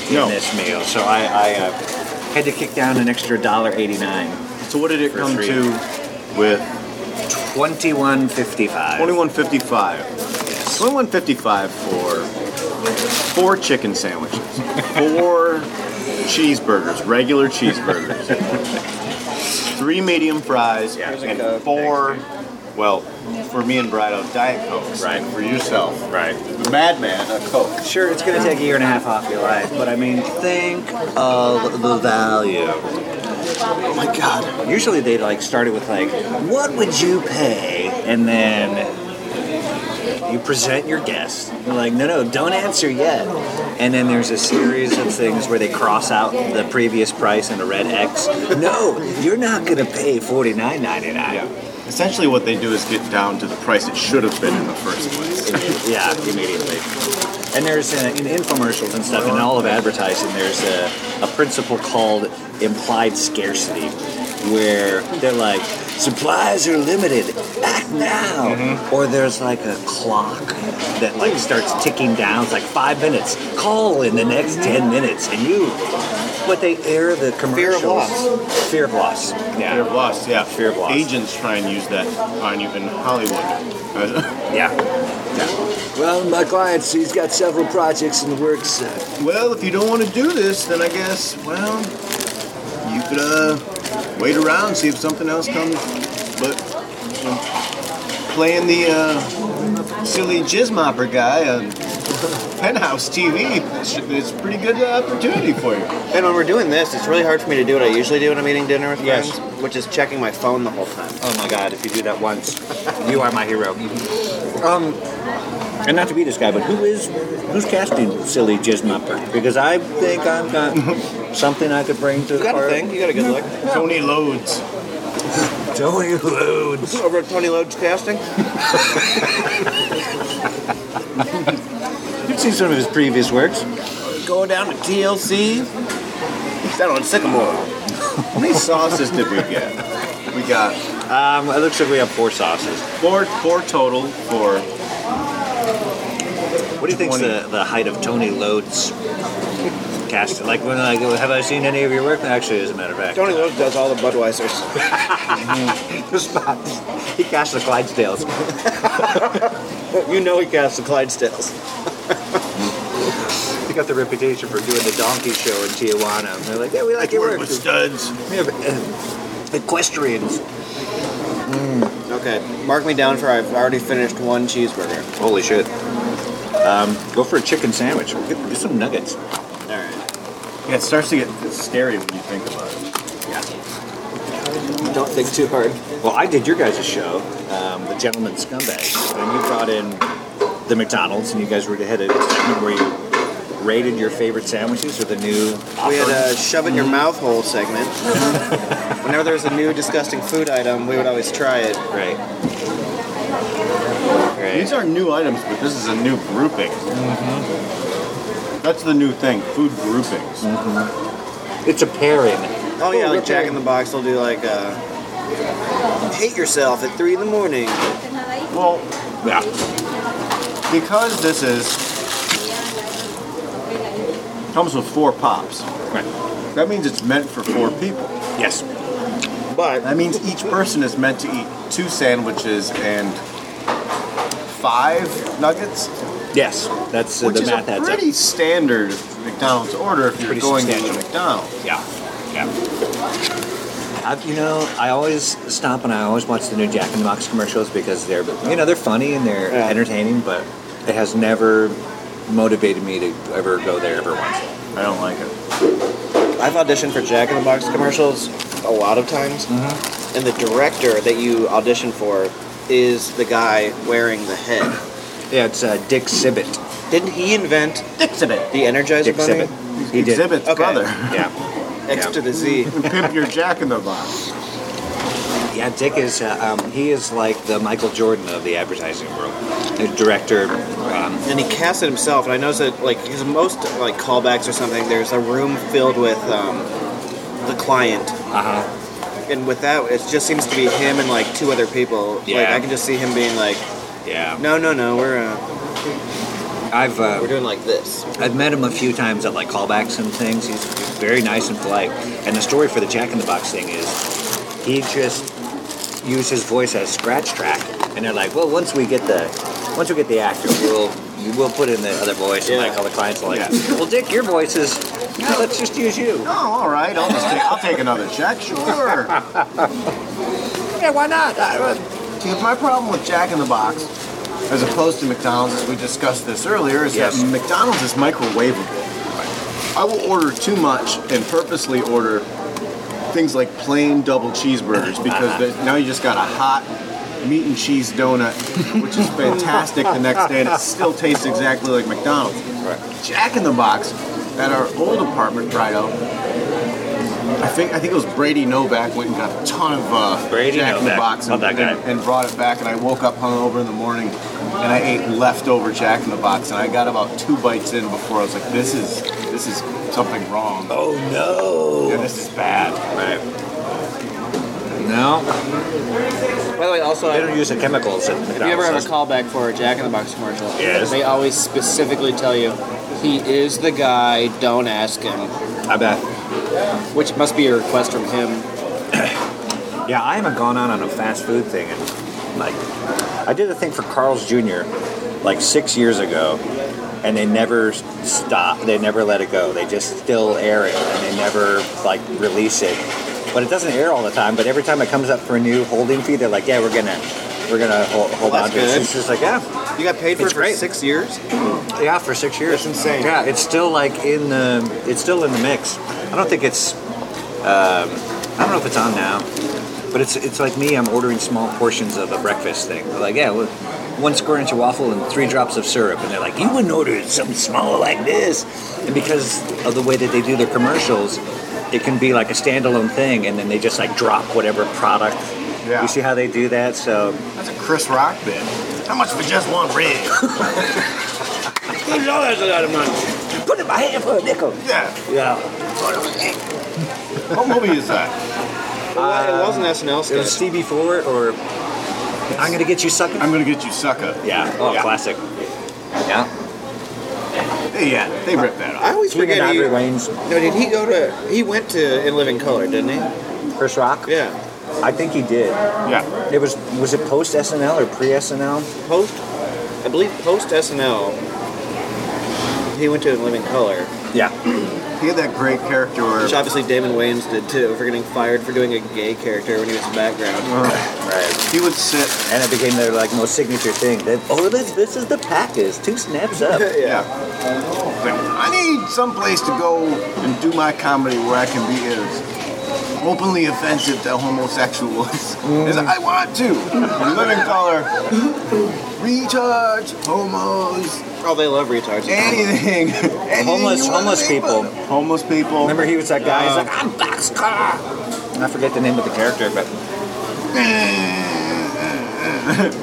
[SPEAKER 11] in
[SPEAKER 9] No.
[SPEAKER 11] this meal, so I, I uh, had to kick down an extra dollar eighty nine.
[SPEAKER 9] So what did it
[SPEAKER 11] For
[SPEAKER 9] come
[SPEAKER 11] three.
[SPEAKER 9] to with
[SPEAKER 11] Twenty-one fifty-five.
[SPEAKER 9] 2155? 2155 for four chicken sandwiches, four cheeseburgers, regular cheeseburgers, three medium fries,
[SPEAKER 11] Here's a
[SPEAKER 9] and
[SPEAKER 11] Coke.
[SPEAKER 9] four, well, for me and Brido, Diet Cokes.
[SPEAKER 11] Right.
[SPEAKER 9] And For yourself,
[SPEAKER 11] Right.
[SPEAKER 9] the Madman, a Coke.
[SPEAKER 11] Sure, it's gonna take a year and a half off your life, but I mean, think of the value.
[SPEAKER 9] Oh my God.
[SPEAKER 11] Usually they like start it with like, what would you pay? And then you present your guess. You're like, no, no, don't answer yet. And then there's a series of things where they cross out the previous price in a red X. No, you're not gonna pay $49.99.
[SPEAKER 9] Essentially, what they do is get down to the price it should have been in the first place.
[SPEAKER 11] yeah, immediately. And there's uh, in infomercials and stuff, and all of advertising, there's a, a principle called implied scarcity, where they're like, supplies are limited, act now. now. Or there's like a clock that like starts ticking down. It's like five minutes. Call in the next ten minutes, and you. But they air the commercials.
[SPEAKER 9] loss.
[SPEAKER 11] Fear of loss. Yeah.
[SPEAKER 9] Fear of loss, yeah.
[SPEAKER 11] Fear of loss.
[SPEAKER 9] Agents try and use that on you in Hollywood.
[SPEAKER 11] yeah. Well, my clients, he's got several projects in the works.
[SPEAKER 9] Well, if you don't want to do this, then I guess, well, you could uh, wait around, see if something else comes. But you know, playing the uh, silly jizz mopper guy on Penthouse TV, it's- it's a pretty good uh, opportunity for you.
[SPEAKER 1] And when we're doing this, it's really hard for me to do what I usually do when I'm eating dinner with friends, which is checking my phone the whole time.
[SPEAKER 11] Oh my God! If you do that once, you are my hero. Um, and not to be this guy, but who is who's casting silly jizz mopper? Because I think I've got something I could bring to the party.
[SPEAKER 9] Tony Loads.
[SPEAKER 11] Tony Loads.
[SPEAKER 1] Over at Tony Loads casting?
[SPEAKER 11] You've seen some of his previous works.
[SPEAKER 9] Going down to TLC. That on Sycamore. How many sauces did we get? We got
[SPEAKER 11] Um, it looks like we have four sauces.
[SPEAKER 9] four, four total for
[SPEAKER 11] What do you think's
[SPEAKER 9] 20.
[SPEAKER 11] the, the height of Tony Loads cast? Like, when I go, have I seen any of your work? Actually, as a matter of fact,
[SPEAKER 1] Tony Loads does all the Budweisers.
[SPEAKER 11] the spots. He cast the Clydesdales.
[SPEAKER 1] you know he casts the Clydesdales.
[SPEAKER 11] He got the reputation for doing the donkey show in Tijuana. And they're like, yeah, we like your
[SPEAKER 9] work
[SPEAKER 11] work.
[SPEAKER 9] with studs.
[SPEAKER 11] Yeah, but, uh, equestrians.
[SPEAKER 1] Mm, Okay, mark me down for I've already finished one cheeseburger.
[SPEAKER 11] Holy shit. Um, go for a chicken sandwich. Get, get some nuggets.
[SPEAKER 1] All right.
[SPEAKER 9] Yeah, it starts to get scary when you think about it.
[SPEAKER 1] Don't think too hard.
[SPEAKER 11] Well, I did your guys' show, um, The Gentleman Scumbags, and you brought in the McDonald's, and you guys were ahead of segment where you rated your favorite sandwiches or the new
[SPEAKER 1] We had uh, a
[SPEAKER 11] offerings.
[SPEAKER 1] shove it in your mouth hole segment. Whenever there was a new disgusting food item, we would always try it.
[SPEAKER 11] Right.
[SPEAKER 9] These are new items, but this is a new grouping.
[SPEAKER 11] Mm-hmm.
[SPEAKER 9] That's the new thing, food groupings.
[SPEAKER 11] It's a pairing.
[SPEAKER 1] Oh yeah, like Jack in the Box will do like uh, hate yourself at three in the morning.
[SPEAKER 9] Well,
[SPEAKER 11] Yeah.
[SPEAKER 9] because this is comes with four pops.
[SPEAKER 11] Right.
[SPEAKER 9] That means it's meant for four people.
[SPEAKER 11] Yes.
[SPEAKER 1] But
[SPEAKER 9] That means each person is meant to eat two sandwiches and five nuggets,
[SPEAKER 11] Yes. That's uh,
[SPEAKER 9] which
[SPEAKER 11] the
[SPEAKER 9] is
[SPEAKER 11] math
[SPEAKER 9] a
[SPEAKER 11] adds up.
[SPEAKER 9] pretty standard McDonald's order if you're
[SPEAKER 11] Pretty
[SPEAKER 9] going to
[SPEAKER 11] substantial.
[SPEAKER 9] McDonald's.
[SPEAKER 11] Yeah, yeah. I, you know, I always stop and I always watch the new Jack in the Box commercials because they're, you know, they're funny and they're
[SPEAKER 1] Yeah.
[SPEAKER 11] entertaining, but it has never motivated me to ever go there ever once.
[SPEAKER 9] I don't like it.
[SPEAKER 1] I've auditioned for Jack in the Box commercials a lot of times, and the director that you audition for is the guy wearing the head.
[SPEAKER 11] Yeah, it's uh, Dick Sibbett.
[SPEAKER 1] Didn't he invent
[SPEAKER 9] Dixit.
[SPEAKER 1] the Energizer
[SPEAKER 11] Dick
[SPEAKER 1] Bunny?
[SPEAKER 11] Sibbett. He did.
[SPEAKER 9] Exhibit's
[SPEAKER 1] Okay.
[SPEAKER 9] brother.
[SPEAKER 11] Yeah,
[SPEAKER 1] X
[SPEAKER 11] Yeah.
[SPEAKER 1] to the Z.
[SPEAKER 9] Pimp your Jack in the Box.
[SPEAKER 11] yeah. Dick is uh, um, he is like the Michael Jordan of the advertising world. The director. Um,
[SPEAKER 1] And he cast it himself, and I noticed that like his most like callbacks or something. There's a room filled with um, the client,
[SPEAKER 11] uh
[SPEAKER 1] and with that, it just seems to be him and like two other people. Like
[SPEAKER 11] Yeah.
[SPEAKER 1] I can just see him being like,
[SPEAKER 11] Yeah.
[SPEAKER 1] no, no, no, we're uh,
[SPEAKER 11] I've uh,
[SPEAKER 1] we're doing like this.
[SPEAKER 11] I've met him a few times at like callbacks and things. He's very nice and polite. And the story for the Jack in the Box thing is he just used his voice as scratch track, and they're like, well, once we get the once we get the actor, we'll you will put in the other voice, and like
[SPEAKER 1] Yeah.
[SPEAKER 11] all the clients are like,
[SPEAKER 9] Yeah.
[SPEAKER 11] well, Dick, your voice is no, let's just use you.
[SPEAKER 9] Oh, all right. I'll just take, I'll take another Jack. Sure.
[SPEAKER 11] Yeah, why not? I- uh,
[SPEAKER 9] See, if my problem with Jack in the Box, as opposed to McDonald's, as we discussed this earlier, is
[SPEAKER 11] Yes.
[SPEAKER 9] that McDonald's is microwavable. I will order too much and purposely order things like plain double cheeseburgers because there's now you just got a hot meat and cheese donut, which is fantastic the next day, and it still tastes exactly like McDonald's. Jack in the Box at our old apartment, Brido. I think I think it was Brady Novak went and got a ton of uh,
[SPEAKER 11] Brady
[SPEAKER 9] Jack in the
[SPEAKER 11] Novak.
[SPEAKER 9] Box
[SPEAKER 11] Love
[SPEAKER 9] and,
[SPEAKER 11] that guy.
[SPEAKER 9] and- and brought it back. And I woke up hungover in the morning, and I ate leftover Jack in the Box. And I got about two bites in before I was like, "This is this is something wrong.
[SPEAKER 11] Oh no!
[SPEAKER 9] Yeah, this is bad."
[SPEAKER 11] Right. No.
[SPEAKER 1] By the way, also
[SPEAKER 11] They don't use the chemicals. That,
[SPEAKER 1] If you ever have a callback for a Jack in the Box commercial,
[SPEAKER 11] Yes.
[SPEAKER 1] they always specifically tell you he is the guy. Don't ask him.
[SPEAKER 11] I bet.
[SPEAKER 1] Which must be a request from him.
[SPEAKER 11] Yeah, I haven't gone on on a fast food thing, and like, I did a thing for Carl's Jr. like six years ago, and they never stop. They never let it go. They just still air it, and they never like release it. But it doesn't air all the time. But every time it comes up for a new holding fee, they're like, "Yeah, we're gonna, we're gonna hold, hold
[SPEAKER 1] Well,
[SPEAKER 11] on
[SPEAKER 1] that's
[SPEAKER 11] to it."
[SPEAKER 1] good.
[SPEAKER 11] It's just like, yeah,
[SPEAKER 1] You got paid for
[SPEAKER 11] It's
[SPEAKER 1] it for
[SPEAKER 11] great.
[SPEAKER 1] six years.
[SPEAKER 11] yeah, for six years.
[SPEAKER 1] That's insane.
[SPEAKER 11] Yeah, it's still like in the it's still in the mix. I don't think it's um, I don't know if it's on now, but it's it's like me. I'm ordering small portions of a breakfast thing. They're like, yeah, well, one square inch of waffle and three drops of syrup, and they're like, you wouldn't order something small like this. And because of the way that they do their commercials, it can be like a standalone thing, and then they just like drop whatever product.
[SPEAKER 9] Yeah.
[SPEAKER 11] You see how they do that? So
[SPEAKER 9] That's a Chris Rock bit. How much for just one ring?
[SPEAKER 11] Hundred dollars a lot of money. Put it in my hand for a nickel.
[SPEAKER 9] Yeah.
[SPEAKER 11] Yeah.
[SPEAKER 9] What movie is that?
[SPEAKER 1] Well, it wasn't SNL
[SPEAKER 11] It was
[SPEAKER 1] sketch.
[SPEAKER 11] Stevie Ford or I'm gonna get you sucking.
[SPEAKER 9] I'm gonna get you sucker.
[SPEAKER 11] Yeah. Oh,
[SPEAKER 9] Yeah.
[SPEAKER 11] classic. Yeah.
[SPEAKER 9] They, yeah, they ripped that
[SPEAKER 1] I
[SPEAKER 9] off.
[SPEAKER 1] always
[SPEAKER 11] Swinging
[SPEAKER 1] forget. He,
[SPEAKER 11] Ivory
[SPEAKER 1] no,
[SPEAKER 11] Lanes.
[SPEAKER 1] did he go to? He went to In Living Color, didn't he?
[SPEAKER 11] Chris Rock.
[SPEAKER 1] Yeah.
[SPEAKER 11] I think he did.
[SPEAKER 9] Yeah.
[SPEAKER 11] It was was it post SNL or pre SNL?
[SPEAKER 1] Post, I believe post SNL, he went to In Living Color,
[SPEAKER 11] Yeah.
[SPEAKER 9] He had that great character where
[SPEAKER 1] which obviously Damon Wayans did too for getting fired for doing a gay character when he was in the background.
[SPEAKER 11] Right.
[SPEAKER 9] he would sit
[SPEAKER 11] And it became their like most signature thing. That oh this this is the package. Two snaps up.
[SPEAKER 9] Yeah. Like, I need someplace to go and do my comedy where I can be as openly offensive to homosexuals as I want to.
[SPEAKER 11] Mm-hmm.
[SPEAKER 9] Living color, retard, homos,
[SPEAKER 1] Oh, they love retards.
[SPEAKER 9] anything. anything
[SPEAKER 11] Homeless-
[SPEAKER 9] you wanna
[SPEAKER 11] homeless
[SPEAKER 9] think about.
[SPEAKER 11] people.
[SPEAKER 9] Homeless people.
[SPEAKER 11] Remember he was that guy. He's
[SPEAKER 9] Uh,
[SPEAKER 11] like
[SPEAKER 1] Oh.
[SPEAKER 11] I'm boxcar. I forget the name of the character, but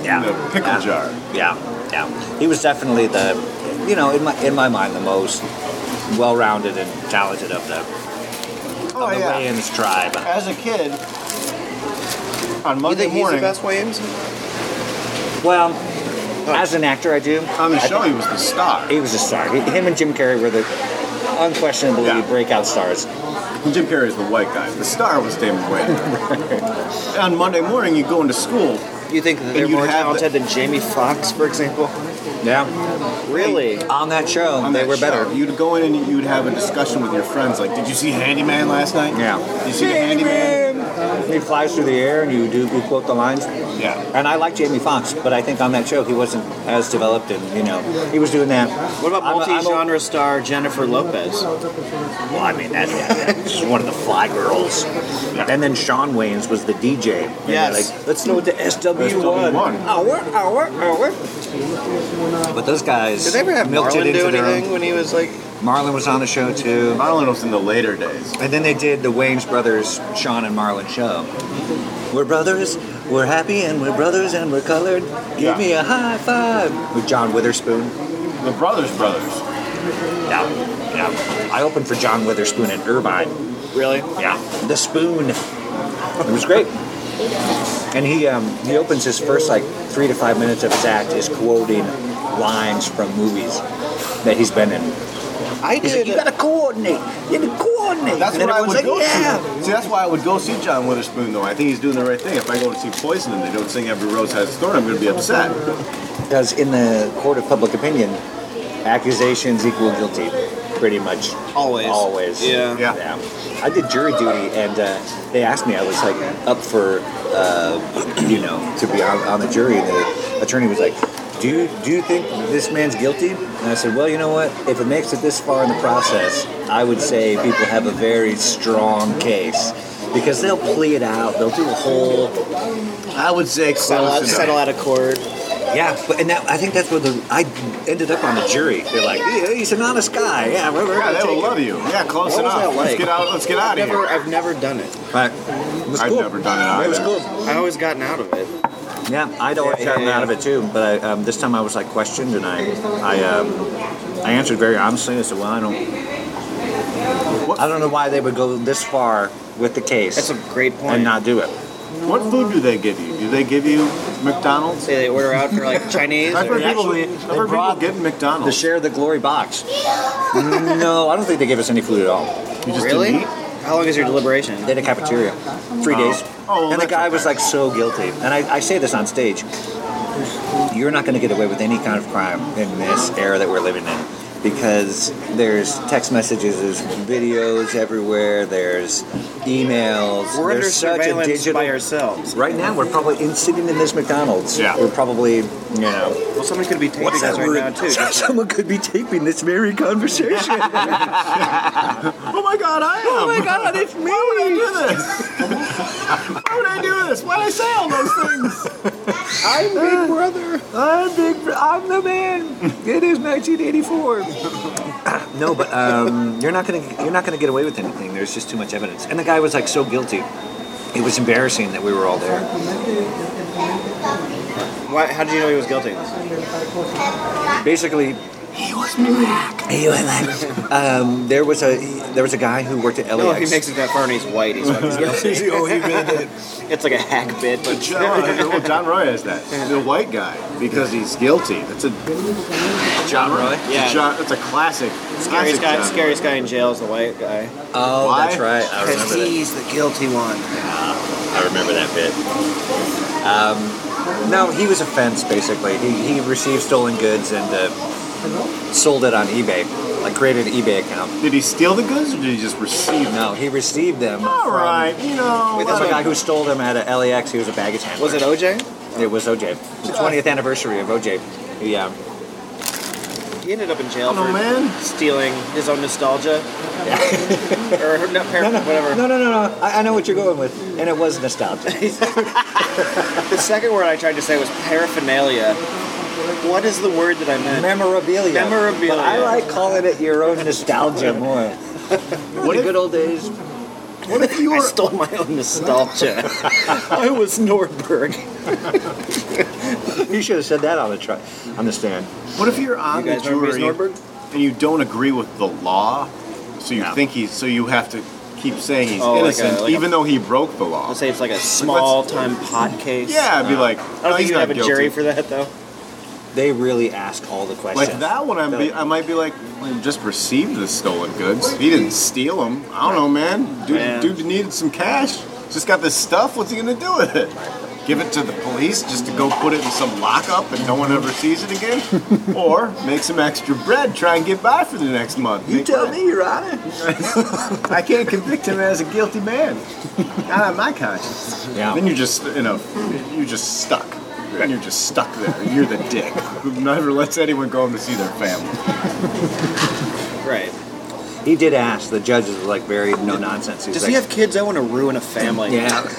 [SPEAKER 11] Yeah.
[SPEAKER 9] The pickle
[SPEAKER 11] Yeah.
[SPEAKER 9] jar.
[SPEAKER 11] Yeah, yeah. He was definitely the, you know, in my in my mind, the most well-rounded and talented of the
[SPEAKER 9] Oh,
[SPEAKER 11] of the
[SPEAKER 9] yeah.
[SPEAKER 11] Wayans tribe.
[SPEAKER 9] As a kid, on
[SPEAKER 1] You
[SPEAKER 9] Monday
[SPEAKER 1] think he's the
[SPEAKER 9] morning,
[SPEAKER 1] best Wayans?
[SPEAKER 11] Well, as an actor, I do.
[SPEAKER 9] on the
[SPEAKER 11] I
[SPEAKER 9] show,
[SPEAKER 11] think
[SPEAKER 9] he was the star.
[SPEAKER 11] he was a star. He- him and Jim Carrey were the unquestionably
[SPEAKER 9] Yeah.
[SPEAKER 11] breakout stars.
[SPEAKER 9] Jim Carrey is the white guy. The star was Damon Wayans. On Monday morning, you go into school.
[SPEAKER 1] You think that they're
[SPEAKER 9] you'd
[SPEAKER 1] more
[SPEAKER 9] have the-
[SPEAKER 1] talented than Jamie Foxx, for example?
[SPEAKER 11] Yeah.
[SPEAKER 1] Really?
[SPEAKER 11] On that show,
[SPEAKER 9] On
[SPEAKER 11] they
[SPEAKER 9] that
[SPEAKER 11] were
[SPEAKER 9] show,
[SPEAKER 11] better.
[SPEAKER 9] You'd go in and you'd have a discussion with your friends. Like, did you see Handyman last night?
[SPEAKER 11] Yeah.
[SPEAKER 9] Did you see the Handyman?
[SPEAKER 11] He flies through the air, and you do you quote the lines.
[SPEAKER 9] Yeah.
[SPEAKER 11] And I like Jamie Foxx, but I think on that show he wasn't as developed, and you know he was doing that.
[SPEAKER 1] What about
[SPEAKER 11] I'm a- I'm a-
[SPEAKER 1] multi-genre star Jennifer Lopez?
[SPEAKER 11] Well, I mean, that, that, that's one of the fly girls. And then Sean Wayans was the DJ. And they're
[SPEAKER 1] Yes.
[SPEAKER 11] Like, let's know what the SW1.
[SPEAKER 9] SW1.
[SPEAKER 11] Hour, hour, hour. But those guys
[SPEAKER 1] Did they ever have
[SPEAKER 11] milked
[SPEAKER 1] Marlon
[SPEAKER 11] it
[SPEAKER 1] do
[SPEAKER 11] into their
[SPEAKER 1] anything
[SPEAKER 11] own.
[SPEAKER 1] when he was like?
[SPEAKER 11] Marlon was on the show too.
[SPEAKER 9] Marlon was in the later days.
[SPEAKER 11] And then they did the Wayans brothers, Sean and Marlon show. We're brothers, we're happy, and we're brothers, and we're colored. Give
[SPEAKER 9] Yeah.
[SPEAKER 11] me a high five. With John Witherspoon.
[SPEAKER 9] The Brothers Brothers.
[SPEAKER 11] Yeah, yeah. I opened for John Witherspoon in Irvine.
[SPEAKER 1] Really?
[SPEAKER 11] Yeah, the spoon. It was great. And he um, he opens his first like three to five minutes of his act is quoting lines from movies that he's been in.
[SPEAKER 1] I
[SPEAKER 11] He's like,
[SPEAKER 1] did.
[SPEAKER 11] you gotta coordinate. You gotta coordinate.
[SPEAKER 9] That's
[SPEAKER 11] And
[SPEAKER 9] what I would
[SPEAKER 11] everyone's
[SPEAKER 9] go
[SPEAKER 11] like, yeah.
[SPEAKER 9] see. See, that's why I would go see John Witherspoon, though. I think he's doing the right thing. If I go to see Poison and they don't sing Every Rose Has a Thorn, I'm going to be upset.
[SPEAKER 11] Because in the court of public opinion, accusations equal guilty, pretty much.
[SPEAKER 1] Always.
[SPEAKER 11] Always.
[SPEAKER 1] Yeah.
[SPEAKER 9] Yeah.
[SPEAKER 11] I did jury duty, and uh, they asked me. I was like up for, uh, you know, to be on, on the jury. And the attorney was like, "Do you do you think this man's guilty?" And I said, "Well, you know what? If it makes it this far in the process, I would say people have a very strong case because they'll plea it out. They'll do a whole
[SPEAKER 9] I would say close
[SPEAKER 1] Settle, out,
[SPEAKER 9] enough.
[SPEAKER 1] settle out of court.
[SPEAKER 11] yeah, but and that I think that's where the I ended up on the jury. They're like, yeah, he's an honest guy. Yeah, we're, we're
[SPEAKER 9] Yeah,
[SPEAKER 11] gonna
[SPEAKER 9] they
[SPEAKER 11] take
[SPEAKER 9] will
[SPEAKER 11] him."
[SPEAKER 9] love you. Yeah, close
[SPEAKER 1] What was
[SPEAKER 9] enough.
[SPEAKER 1] that
[SPEAKER 9] Let's
[SPEAKER 1] like?
[SPEAKER 9] get out. Let's get out of
[SPEAKER 1] Never,
[SPEAKER 9] here.
[SPEAKER 1] I've never done it.
[SPEAKER 11] Right. It was
[SPEAKER 9] I've
[SPEAKER 11] cool.
[SPEAKER 9] never done it
[SPEAKER 11] It was
[SPEAKER 9] either.
[SPEAKER 11] cool.
[SPEAKER 1] I always gotten out of it.
[SPEAKER 11] Yeah, I'd always
[SPEAKER 1] Yeah,
[SPEAKER 11] gotten
[SPEAKER 1] yeah,
[SPEAKER 11] out of it too, but I, um, this time I was like questioned, and I I um, I answered very honestly. I said, well, I don't. I don't know why they would go this far with the case
[SPEAKER 1] That's a great point.
[SPEAKER 11] and not do it.
[SPEAKER 9] What food do they give you? Do they give you McDonald's?
[SPEAKER 1] They order out for like Chinese.
[SPEAKER 9] I've
[SPEAKER 1] or-
[SPEAKER 9] heard people,
[SPEAKER 1] Actually,
[SPEAKER 9] I've heard people get McDonald's.
[SPEAKER 11] The share the glory box. no, I don't think they gave us any food at all.
[SPEAKER 9] You just
[SPEAKER 1] really?
[SPEAKER 9] didn't eat?
[SPEAKER 1] How long is your deliberation?
[SPEAKER 11] They had a cafeteria, three days.
[SPEAKER 9] Oh, well,
[SPEAKER 11] and the
[SPEAKER 9] that's
[SPEAKER 11] guy was
[SPEAKER 9] okay.
[SPEAKER 11] like so guilty. And I, I say this on stage. You're not going to get away with any kind of crime in this era that we're living in because there's text messages, there's videos everywhere, there's emails.
[SPEAKER 1] We're under
[SPEAKER 11] there's such a
[SPEAKER 1] surveillance
[SPEAKER 11] digital.
[SPEAKER 1] by ourselves.
[SPEAKER 11] Right now, we're probably in, sitting in this McDonald's.
[SPEAKER 9] Yeah.
[SPEAKER 11] We're probably, you know.
[SPEAKER 1] Well, someone's gonna be taping
[SPEAKER 11] What's
[SPEAKER 1] us
[SPEAKER 11] that
[SPEAKER 1] right
[SPEAKER 11] word?
[SPEAKER 1] now too.
[SPEAKER 11] Someone could be taping this very conversation.
[SPEAKER 9] Oh my god, I am!
[SPEAKER 11] oh my god, it's me!
[SPEAKER 9] Why would I do this? Why would I do this? Why would I say all those things?
[SPEAKER 11] I'm Big Brother. I'm Big. Bro- I'm the man. It is 1984. no, but um, you're not gonna you're not gonna get away with anything. There's just too much evidence. And the guy was like so guilty. It was embarrassing that we were all there.
[SPEAKER 1] Why, how did you know he was guilty?
[SPEAKER 11] Basically, he was black. He was black. um, there was a there was a guy who worked at LAX.
[SPEAKER 1] No, if Oh, he makes it that far and he's white, he's fucking guilty.
[SPEAKER 11] oh, he really did.
[SPEAKER 1] It's like a hack bit, but
[SPEAKER 9] John, well, John Roy has that. The white guy because he's guilty. That's a John Roy.
[SPEAKER 1] Yeah.
[SPEAKER 9] John, that's a classic. classic
[SPEAKER 1] scariest guy,
[SPEAKER 9] John.
[SPEAKER 1] scariest guy in jail is the white guy.
[SPEAKER 11] Oh,
[SPEAKER 9] Why?
[SPEAKER 11] that's right. I remember that.
[SPEAKER 1] he's the guilty one.
[SPEAKER 11] I remember that bit. Um, no, he was a fence basically. He, he received stolen goods and uh, sold it on eBay, like created an eBay account.
[SPEAKER 9] Did he steal the goods or did he just receive them?
[SPEAKER 11] No, he received them.
[SPEAKER 9] All
[SPEAKER 11] from-
[SPEAKER 9] right, you know.
[SPEAKER 11] There's a guy who stole them at a LAX. He was a baggage handler.
[SPEAKER 1] Was it OJ?
[SPEAKER 11] It was OJ. The 20th anniversary of OJ. Yeah.
[SPEAKER 1] He ended up in jail
[SPEAKER 9] Oh,
[SPEAKER 1] for
[SPEAKER 9] man.
[SPEAKER 1] stealing his own nostalgia. or no, par- whatever.
[SPEAKER 11] No, no, no, no. I, I know what you're going with, and it was nostalgia.
[SPEAKER 1] The second word I tried to say was paraphernalia. What is the word that I meant?
[SPEAKER 11] Memorabilia.
[SPEAKER 1] Memorabilia.
[SPEAKER 11] But I like calling it your own nostalgia more.
[SPEAKER 9] What
[SPEAKER 11] the
[SPEAKER 9] if-
[SPEAKER 11] good old days.
[SPEAKER 9] What if you
[SPEAKER 1] I
[SPEAKER 9] were?
[SPEAKER 1] stole my own nostalgia. I was Nordberg.
[SPEAKER 11] You should have said that on the truck. On the stand.
[SPEAKER 9] What if you're on
[SPEAKER 1] You guys
[SPEAKER 9] the
[SPEAKER 1] remember Miss
[SPEAKER 9] jury
[SPEAKER 1] Nordberg?
[SPEAKER 9] and you don't agree with the law, so you
[SPEAKER 11] No.
[SPEAKER 9] think he's so you have to keep saying he's
[SPEAKER 1] Oh, like a-
[SPEAKER 9] innocent,
[SPEAKER 1] like a-
[SPEAKER 9] even though he broke the law.
[SPEAKER 1] I'll say it's like a small time pot case. Uh,
[SPEAKER 9] Yeah, I'd be like,
[SPEAKER 1] I don't
[SPEAKER 9] "No,
[SPEAKER 1] think
[SPEAKER 9] he's
[SPEAKER 1] you
[SPEAKER 9] not
[SPEAKER 1] have a
[SPEAKER 9] guilty."
[SPEAKER 1] jury for that though.
[SPEAKER 11] They really ask all the questions.
[SPEAKER 9] Like that one, I'm be, I might be like, well, he just received the stolen goods. He didn't steal them. I don't know, man. Dude,
[SPEAKER 1] Man.
[SPEAKER 9] dude needed some cash. Just got this stuff. What's he gonna do with it? Give it to the police just to go put it in some lockup and no one ever sees it again, or make some extra bread, try and get by for the next month. You tell me, Your Honor. I can't convict him as a guilty man. Not on my conscience.
[SPEAKER 11] Yeah.
[SPEAKER 9] Then you're just you know, you're just stuck. And you're just stuck there. And you're the dick who never lets anyone go home to see their family.
[SPEAKER 1] Right.
[SPEAKER 11] he did ask. The judges were like very no nonsense.
[SPEAKER 1] Does he have kids? I want to ruin a family.
[SPEAKER 11] Yeah.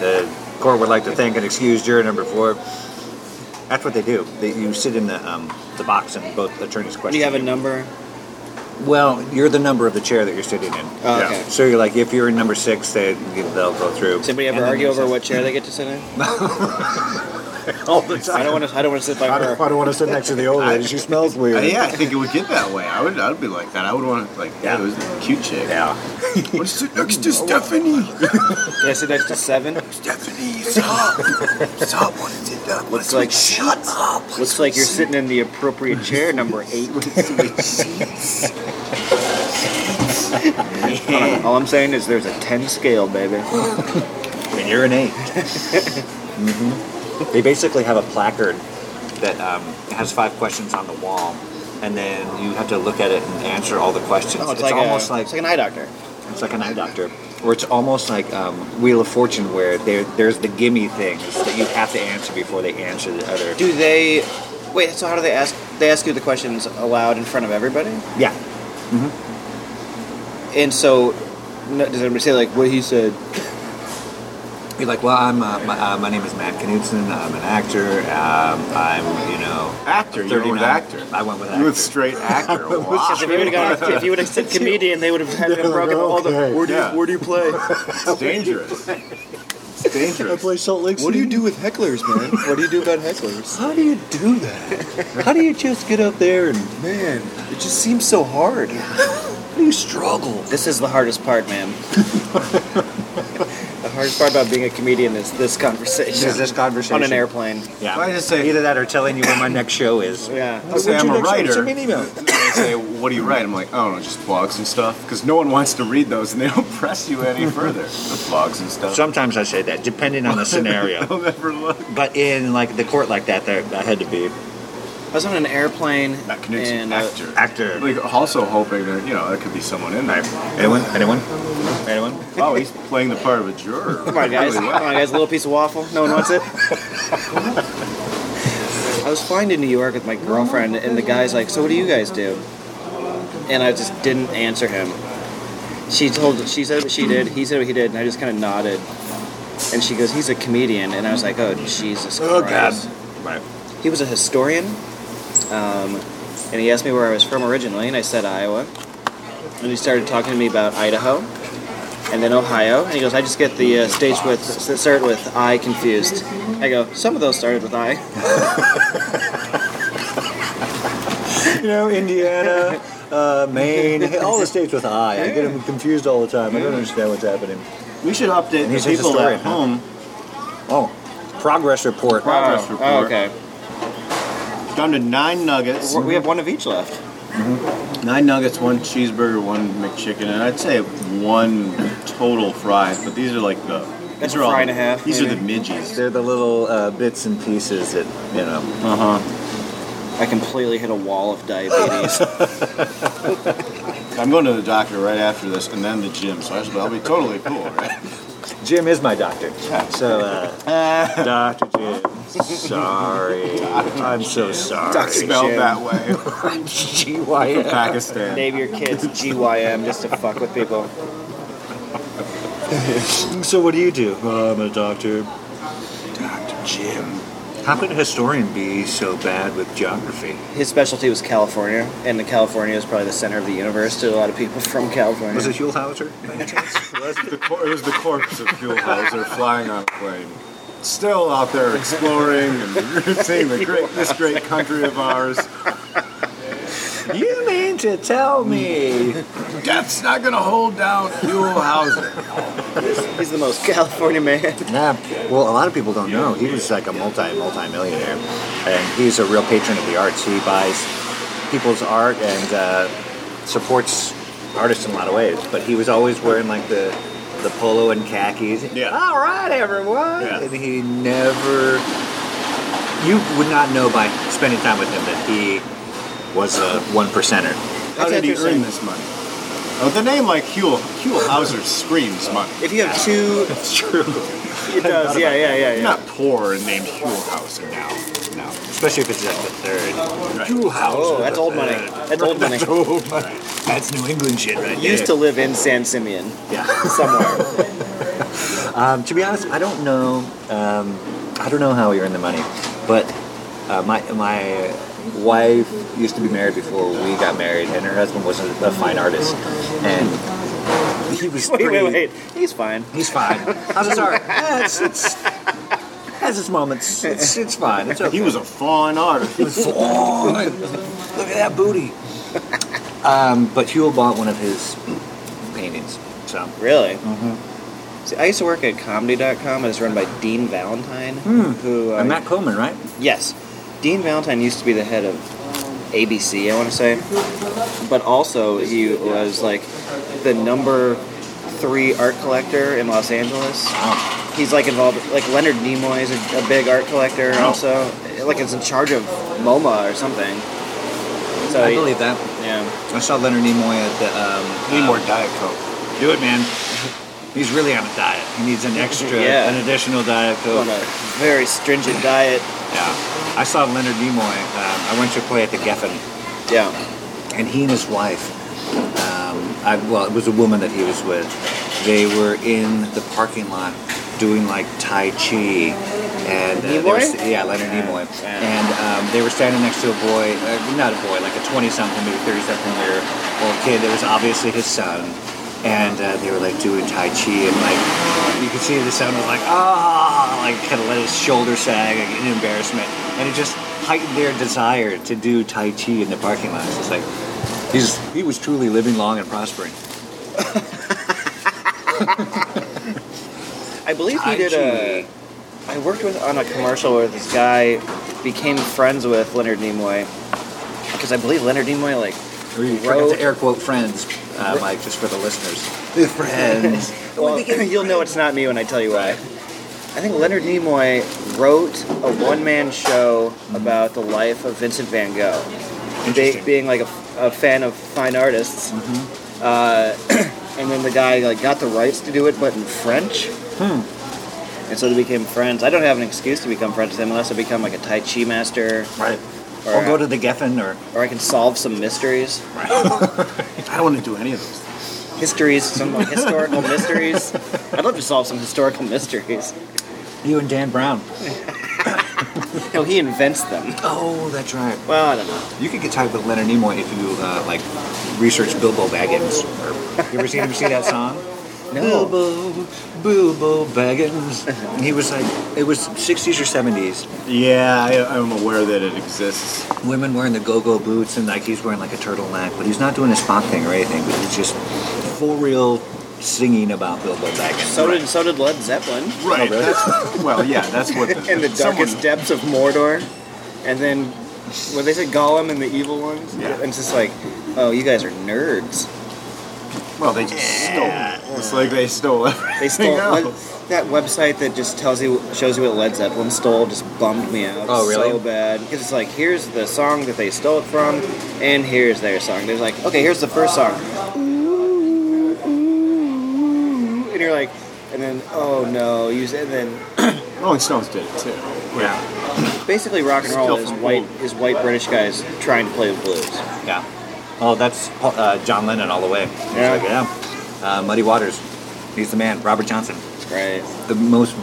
[SPEAKER 11] the court would like to thank and excuse juror number four. That's what they do. They, you sit in the um, the box and both attorneys
[SPEAKER 1] Do
[SPEAKER 11] question.
[SPEAKER 1] you have a number?
[SPEAKER 11] well, you're the number of the chair that you're sitting in.
[SPEAKER 1] Oh,
[SPEAKER 9] Yeah.
[SPEAKER 1] okay.
[SPEAKER 11] So you're like, if you're in number six, they they'll go through.
[SPEAKER 1] Does anybody ever
[SPEAKER 11] And then
[SPEAKER 1] argue
[SPEAKER 11] there's
[SPEAKER 1] over
[SPEAKER 11] a-
[SPEAKER 1] what chair they get to sit in?
[SPEAKER 11] all the time?
[SPEAKER 1] I don't want to. I don't want to sit by
[SPEAKER 11] I
[SPEAKER 1] her.
[SPEAKER 11] don't, I don't want to sit next to the old lady. She smells
[SPEAKER 9] Uh,
[SPEAKER 11] weird.
[SPEAKER 9] yeah, I think it would get that way. I would I'd be like that. I would want to like yeah,
[SPEAKER 11] Yeah.
[SPEAKER 9] it was a cute chick.
[SPEAKER 11] Yeah.
[SPEAKER 9] Wanna sit next to Stephanie.
[SPEAKER 1] Can I sit next to seven?
[SPEAKER 9] Stephanie, stop. stop uh, wanna sit down.
[SPEAKER 1] Looks like
[SPEAKER 9] shut up.
[SPEAKER 1] looks like you're sitting in the appropriate chair, number eight. All I'm saying is there's a ten scale, baby.
[SPEAKER 11] And you're an 8 mm-hmm. They basically have a placard that um, has five questions on the wall, and then you have to look at it and answer all the questions.
[SPEAKER 1] Oh, it's, like
[SPEAKER 11] almost
[SPEAKER 1] a,
[SPEAKER 11] like
[SPEAKER 1] it's like an eye doctor.
[SPEAKER 11] it's like an eye doctor, or it's almost like um, Wheel of Fortune, where there there's the gimme things that you have to answer before they answer the other.
[SPEAKER 1] Do they? Wait. So how do they ask? They ask you the questions aloud in front of everybody,
[SPEAKER 11] Yeah,
[SPEAKER 1] and so no, does everybody say like what he said?
[SPEAKER 11] you're like, well, I'm uh, my, uh, my name is Matt Knudsen. I'm an actor. Um, I'm you know.
[SPEAKER 9] Actor, you were
[SPEAKER 11] 39.
[SPEAKER 9] with actor.
[SPEAKER 11] I went with
[SPEAKER 9] You with
[SPEAKER 11] actor.
[SPEAKER 9] straight actor.
[SPEAKER 1] Because if you would have gone, if you would have said comedian, they would have had him broken all the. Where do you
[SPEAKER 9] Yeah.
[SPEAKER 1] Where do you play?
[SPEAKER 9] It's dangerous. It's dangerous.
[SPEAKER 11] Salt Lake
[SPEAKER 1] What do you do with hecklers, man? What do you do about hecklers?
[SPEAKER 11] How do you do that? How do you just get up there and
[SPEAKER 1] Man, it just seems so hard.
[SPEAKER 11] how do you struggle?
[SPEAKER 1] This is the hardest part, ma'am. hardest part about being a comedian is this conversation.
[SPEAKER 11] Is this conversation.
[SPEAKER 1] on an airplane?
[SPEAKER 11] Yeah. I just say either that or telling you when my next show is.
[SPEAKER 1] Yeah.
[SPEAKER 9] I say I'm a writer.
[SPEAKER 11] Send me an email.
[SPEAKER 9] they say, "What do you write?" I'm like, "I don't know, just blogs and stuff," because no one wants to read those, and they don't press you any further. Just blogs and stuff.
[SPEAKER 11] Sometimes I say that, depending on the scenario.
[SPEAKER 9] They'll never look.
[SPEAKER 11] But in like the court like that, there I had to be
[SPEAKER 1] I was on an airplane.
[SPEAKER 9] That connects
[SPEAKER 1] and, uh,
[SPEAKER 9] actor.
[SPEAKER 11] actor.
[SPEAKER 9] Like also hoping that you know there could be someone in there.
[SPEAKER 11] Anyone? Anyone? Anyone?
[SPEAKER 9] Oh, he's playing the part of a juror.
[SPEAKER 1] Come on, guys. Come
[SPEAKER 9] Really
[SPEAKER 1] on,
[SPEAKER 9] well.
[SPEAKER 1] guys. A little piece of waffle. No one wants it. I was flying to New York with my girlfriend, and the guy's like, "So what do you guys do?" And I just didn't answer him. She told, she said what she did. He said what he did, and I just kind of nodded. And she goes, "He's a comedian," and I was like, "Oh Jesus
[SPEAKER 11] Oh,
[SPEAKER 1] Christ!"
[SPEAKER 11] Right.
[SPEAKER 1] He was a historian, um, and he asked me where I was from originally, and I said Iowa. And he started talking to me about Idaho, and then Ohio. And he goes, "I just get the uh, states with start with I confused." I go, "Some of those started with I."
[SPEAKER 11] You know, Indiana, uh, Maine, all the states with I. I get them confused all the time. I don't understand what's happening.
[SPEAKER 9] We should update
[SPEAKER 11] And he's
[SPEAKER 9] the
[SPEAKER 11] his
[SPEAKER 9] people at
[SPEAKER 11] historian, huh?
[SPEAKER 9] home.
[SPEAKER 11] Oh, progress report.
[SPEAKER 9] Progress
[SPEAKER 1] Oh,
[SPEAKER 9] report.
[SPEAKER 1] oh, okay.
[SPEAKER 9] Down to nine nuggets.
[SPEAKER 1] We're- We have one of each left.
[SPEAKER 9] Nine nuggets, one cheeseburger, one McChicken, and I'd say one total fries. But these are like the.
[SPEAKER 1] That's
[SPEAKER 9] these are
[SPEAKER 1] a
[SPEAKER 9] all-
[SPEAKER 1] fry and a half,
[SPEAKER 9] These are
[SPEAKER 1] maybe.
[SPEAKER 9] the midgies.
[SPEAKER 11] They're the little uh, bits and pieces that you know.
[SPEAKER 9] Uh huh.
[SPEAKER 1] I completely hit a wall of diabetes.
[SPEAKER 9] I'm going to the doctor right after this, and then the gym. So I should, I'll be totally cool, right?
[SPEAKER 11] Jim is my doctor. So, uh, Doctor Jim, sorry. I'm so sorry.
[SPEAKER 9] Spelled
[SPEAKER 1] Jim.
[SPEAKER 9] that way.
[SPEAKER 11] G Y M.
[SPEAKER 9] Pakistan.
[SPEAKER 1] Name your kids GYM just to fuck with people.
[SPEAKER 11] So what do you do? Oh, I'm a doctor.
[SPEAKER 9] Doctor Jim.
[SPEAKER 11] How could a historian be so bad with geography?
[SPEAKER 1] His specialty was California, and the California is probably the center of the universe to a lot of people from California.
[SPEAKER 11] Was it Hulhauser? by any chance?
[SPEAKER 9] The cor- it was the corpse of Fuelhauser flying on a plane. Still out there exploring and seeing the great, this great country of ours.
[SPEAKER 11] you mean to tell me?
[SPEAKER 9] Death's not going to hold down Fuelhauser.
[SPEAKER 1] He's the most California man.
[SPEAKER 11] Yeah. Well, a lot of people don't know. He was like a multi multi millionaire, and he's a real patron of the arts. He buys people's art and uh, supports artists in a lot of ways. But he was always wearing like the the polo and khakis.
[SPEAKER 9] Yeah.
[SPEAKER 11] All right, everyone.
[SPEAKER 9] Yeah.
[SPEAKER 11] And he never. You would not know by spending time with him that he was a one percenter.
[SPEAKER 9] How did he earn this money? Oh, the name like Huel Huelhauser screams money.
[SPEAKER 1] If you have two,
[SPEAKER 9] It's true.
[SPEAKER 1] it does. Yeah, yeah, yeah,
[SPEAKER 9] You're
[SPEAKER 1] yeah.
[SPEAKER 9] not poor and named Huelhauser now. No.
[SPEAKER 11] Especially if it's like the third.
[SPEAKER 9] Right.
[SPEAKER 1] Oh, that's old money. That's old money.
[SPEAKER 11] old money. That's New England shit right there.
[SPEAKER 1] Used to live in San Simeon
[SPEAKER 11] Yeah.
[SPEAKER 1] somewhere.
[SPEAKER 11] Um, to be honest, I don't know. Um, I don't know how he earned the money, but uh, my my wife used to be married before we got married, and her husband was a, a fine artist, and he was
[SPEAKER 1] wait,
[SPEAKER 11] pretty-
[SPEAKER 1] wait, wait. He's fine.
[SPEAKER 11] He's fine. I was like, sorry. Yeah, it's, it's has its moments. It's, it's fine. It's okay.
[SPEAKER 9] He was a fine artist.
[SPEAKER 11] It was fine. Look at that booty. Um, but Huel bought one of his paintings. So
[SPEAKER 1] Really?
[SPEAKER 11] Mm-hmm.
[SPEAKER 1] See, I used to work at comedy.com. It was run by Dean Valentine, who uh,
[SPEAKER 11] Hmm. and Matt Coleman, right?
[SPEAKER 1] Yes. Dean Valentine used to be the head of ABC, I want to say. But also, he was like the number three art collector in Los Angeles.
[SPEAKER 11] Wow.
[SPEAKER 1] He's like involved, like Leonard Nimoy is a, a big art collector
[SPEAKER 11] Oh.
[SPEAKER 9] Wow.
[SPEAKER 1] also. Like, is in charge of MoMA or something. So,
[SPEAKER 11] I believe that.
[SPEAKER 1] yeah.
[SPEAKER 11] I saw Leonard Nimoy at the. Um,
[SPEAKER 9] Need
[SPEAKER 11] um,
[SPEAKER 9] more Diet Coke.
[SPEAKER 11] Do it, man. He's really on a diet. He needs an extra,
[SPEAKER 1] Yeah.
[SPEAKER 11] an additional diet
[SPEAKER 1] On
[SPEAKER 11] coke.
[SPEAKER 1] a very stringent diet.
[SPEAKER 11] Yeah. I saw Leonard Nimoy. Um, I went to play at the Geffen,
[SPEAKER 1] Yeah.
[SPEAKER 11] and he and his wife. Um, I, well, it was a woman that he was with. They were in the parking lot doing like Tai Chi, and uh, they were-
[SPEAKER 1] Nimoy?
[SPEAKER 11] yeah, Leonard Nimoy,
[SPEAKER 1] Yeah.
[SPEAKER 11] and um, they were standing next to a boy, uh, not a boy, like a twenty-something, maybe thirty-something year old kid that was obviously his son, and uh, they were like doing Tai Chi, and like you could see the son was like ah, like kind of let his shoulder sag like, in embarrassment, and it just heightened their desire to do Tai Chi in the parking lot. It's like he's he was truly living long and prospering.
[SPEAKER 1] I believe he did a. I worked with on a commercial where this guy became friends with Leonard Nimoy, because I believe Leonard Nimoy like.
[SPEAKER 11] We forgot to air quote friends, uh, Mike, just for the listeners. Friends.
[SPEAKER 1] well, you'll know it's not me when I tell you why. I think Leonard Nimoy wrote a one-man show about the life of Vincent Van Gogh, Be- being like a, a fan of fine artists. Uh, and then the guy like got the rights to do it, but in French. And so they became friends. I don't have an excuse to become friends with him unless I become like a Tai Chi master. Right. Or,
[SPEAKER 11] Or go to the Geffen or.
[SPEAKER 1] or I can solve some mysteries. Right. I don't want to do any of those. Histories, some like, historical mysteries. I'd love to solve some historical mysteries.
[SPEAKER 11] You and Dan Brown.
[SPEAKER 1] no, he invents them.
[SPEAKER 11] Oh, that's right.
[SPEAKER 1] Well, I don't know.
[SPEAKER 11] You could get tied with Leonard Nimoy if you uh, like research Bilbo Baggins. Or, you ever seen him sing that song?
[SPEAKER 1] No.
[SPEAKER 11] Bilbo, Bilbo Baggins. And he was like, it was 60s or 70s. Yeah, I, I'm aware that it exists. Women wearing the go-go boots and like he's wearing like a turtleneck, but he's not doing his spot thing or anything. But he's just for real singing about Bilbo Baggins.
[SPEAKER 1] So did so did Led Zeppelin.
[SPEAKER 11] Right, Oh, really? that's- well, yeah, that's what the-
[SPEAKER 1] in the darkest
[SPEAKER 11] someone-
[SPEAKER 1] depths of Mordor, and then what they say Gollum and the evil ones. Yeah. And it's just like, oh, you guys are nerds.
[SPEAKER 9] Well, they just stole. It's like they stole everything.
[SPEAKER 1] They stole
[SPEAKER 9] else.
[SPEAKER 1] what- that website that just tells you shows you what Led Zeppelin stole. Just bummed me out.
[SPEAKER 11] Oh, really?
[SPEAKER 1] So bad because it's like here's the song that they stole it from, and here's their song. They're like, okay, here's the first song, and you're like, and then oh no, you and then
[SPEAKER 9] Rolling Stones did it too.
[SPEAKER 1] Yeah. Basically, rock and roll
[SPEAKER 11] Still
[SPEAKER 1] is
[SPEAKER 11] from
[SPEAKER 1] white is white British guys trying to play the blues.
[SPEAKER 11] Yeah. Oh, that's uh, John Lennon all the way. He's
[SPEAKER 1] Yeah.
[SPEAKER 11] like, yeah. Uh, Muddy Waters. He's the man. Robert Johnson.
[SPEAKER 1] Right.
[SPEAKER 11] The most.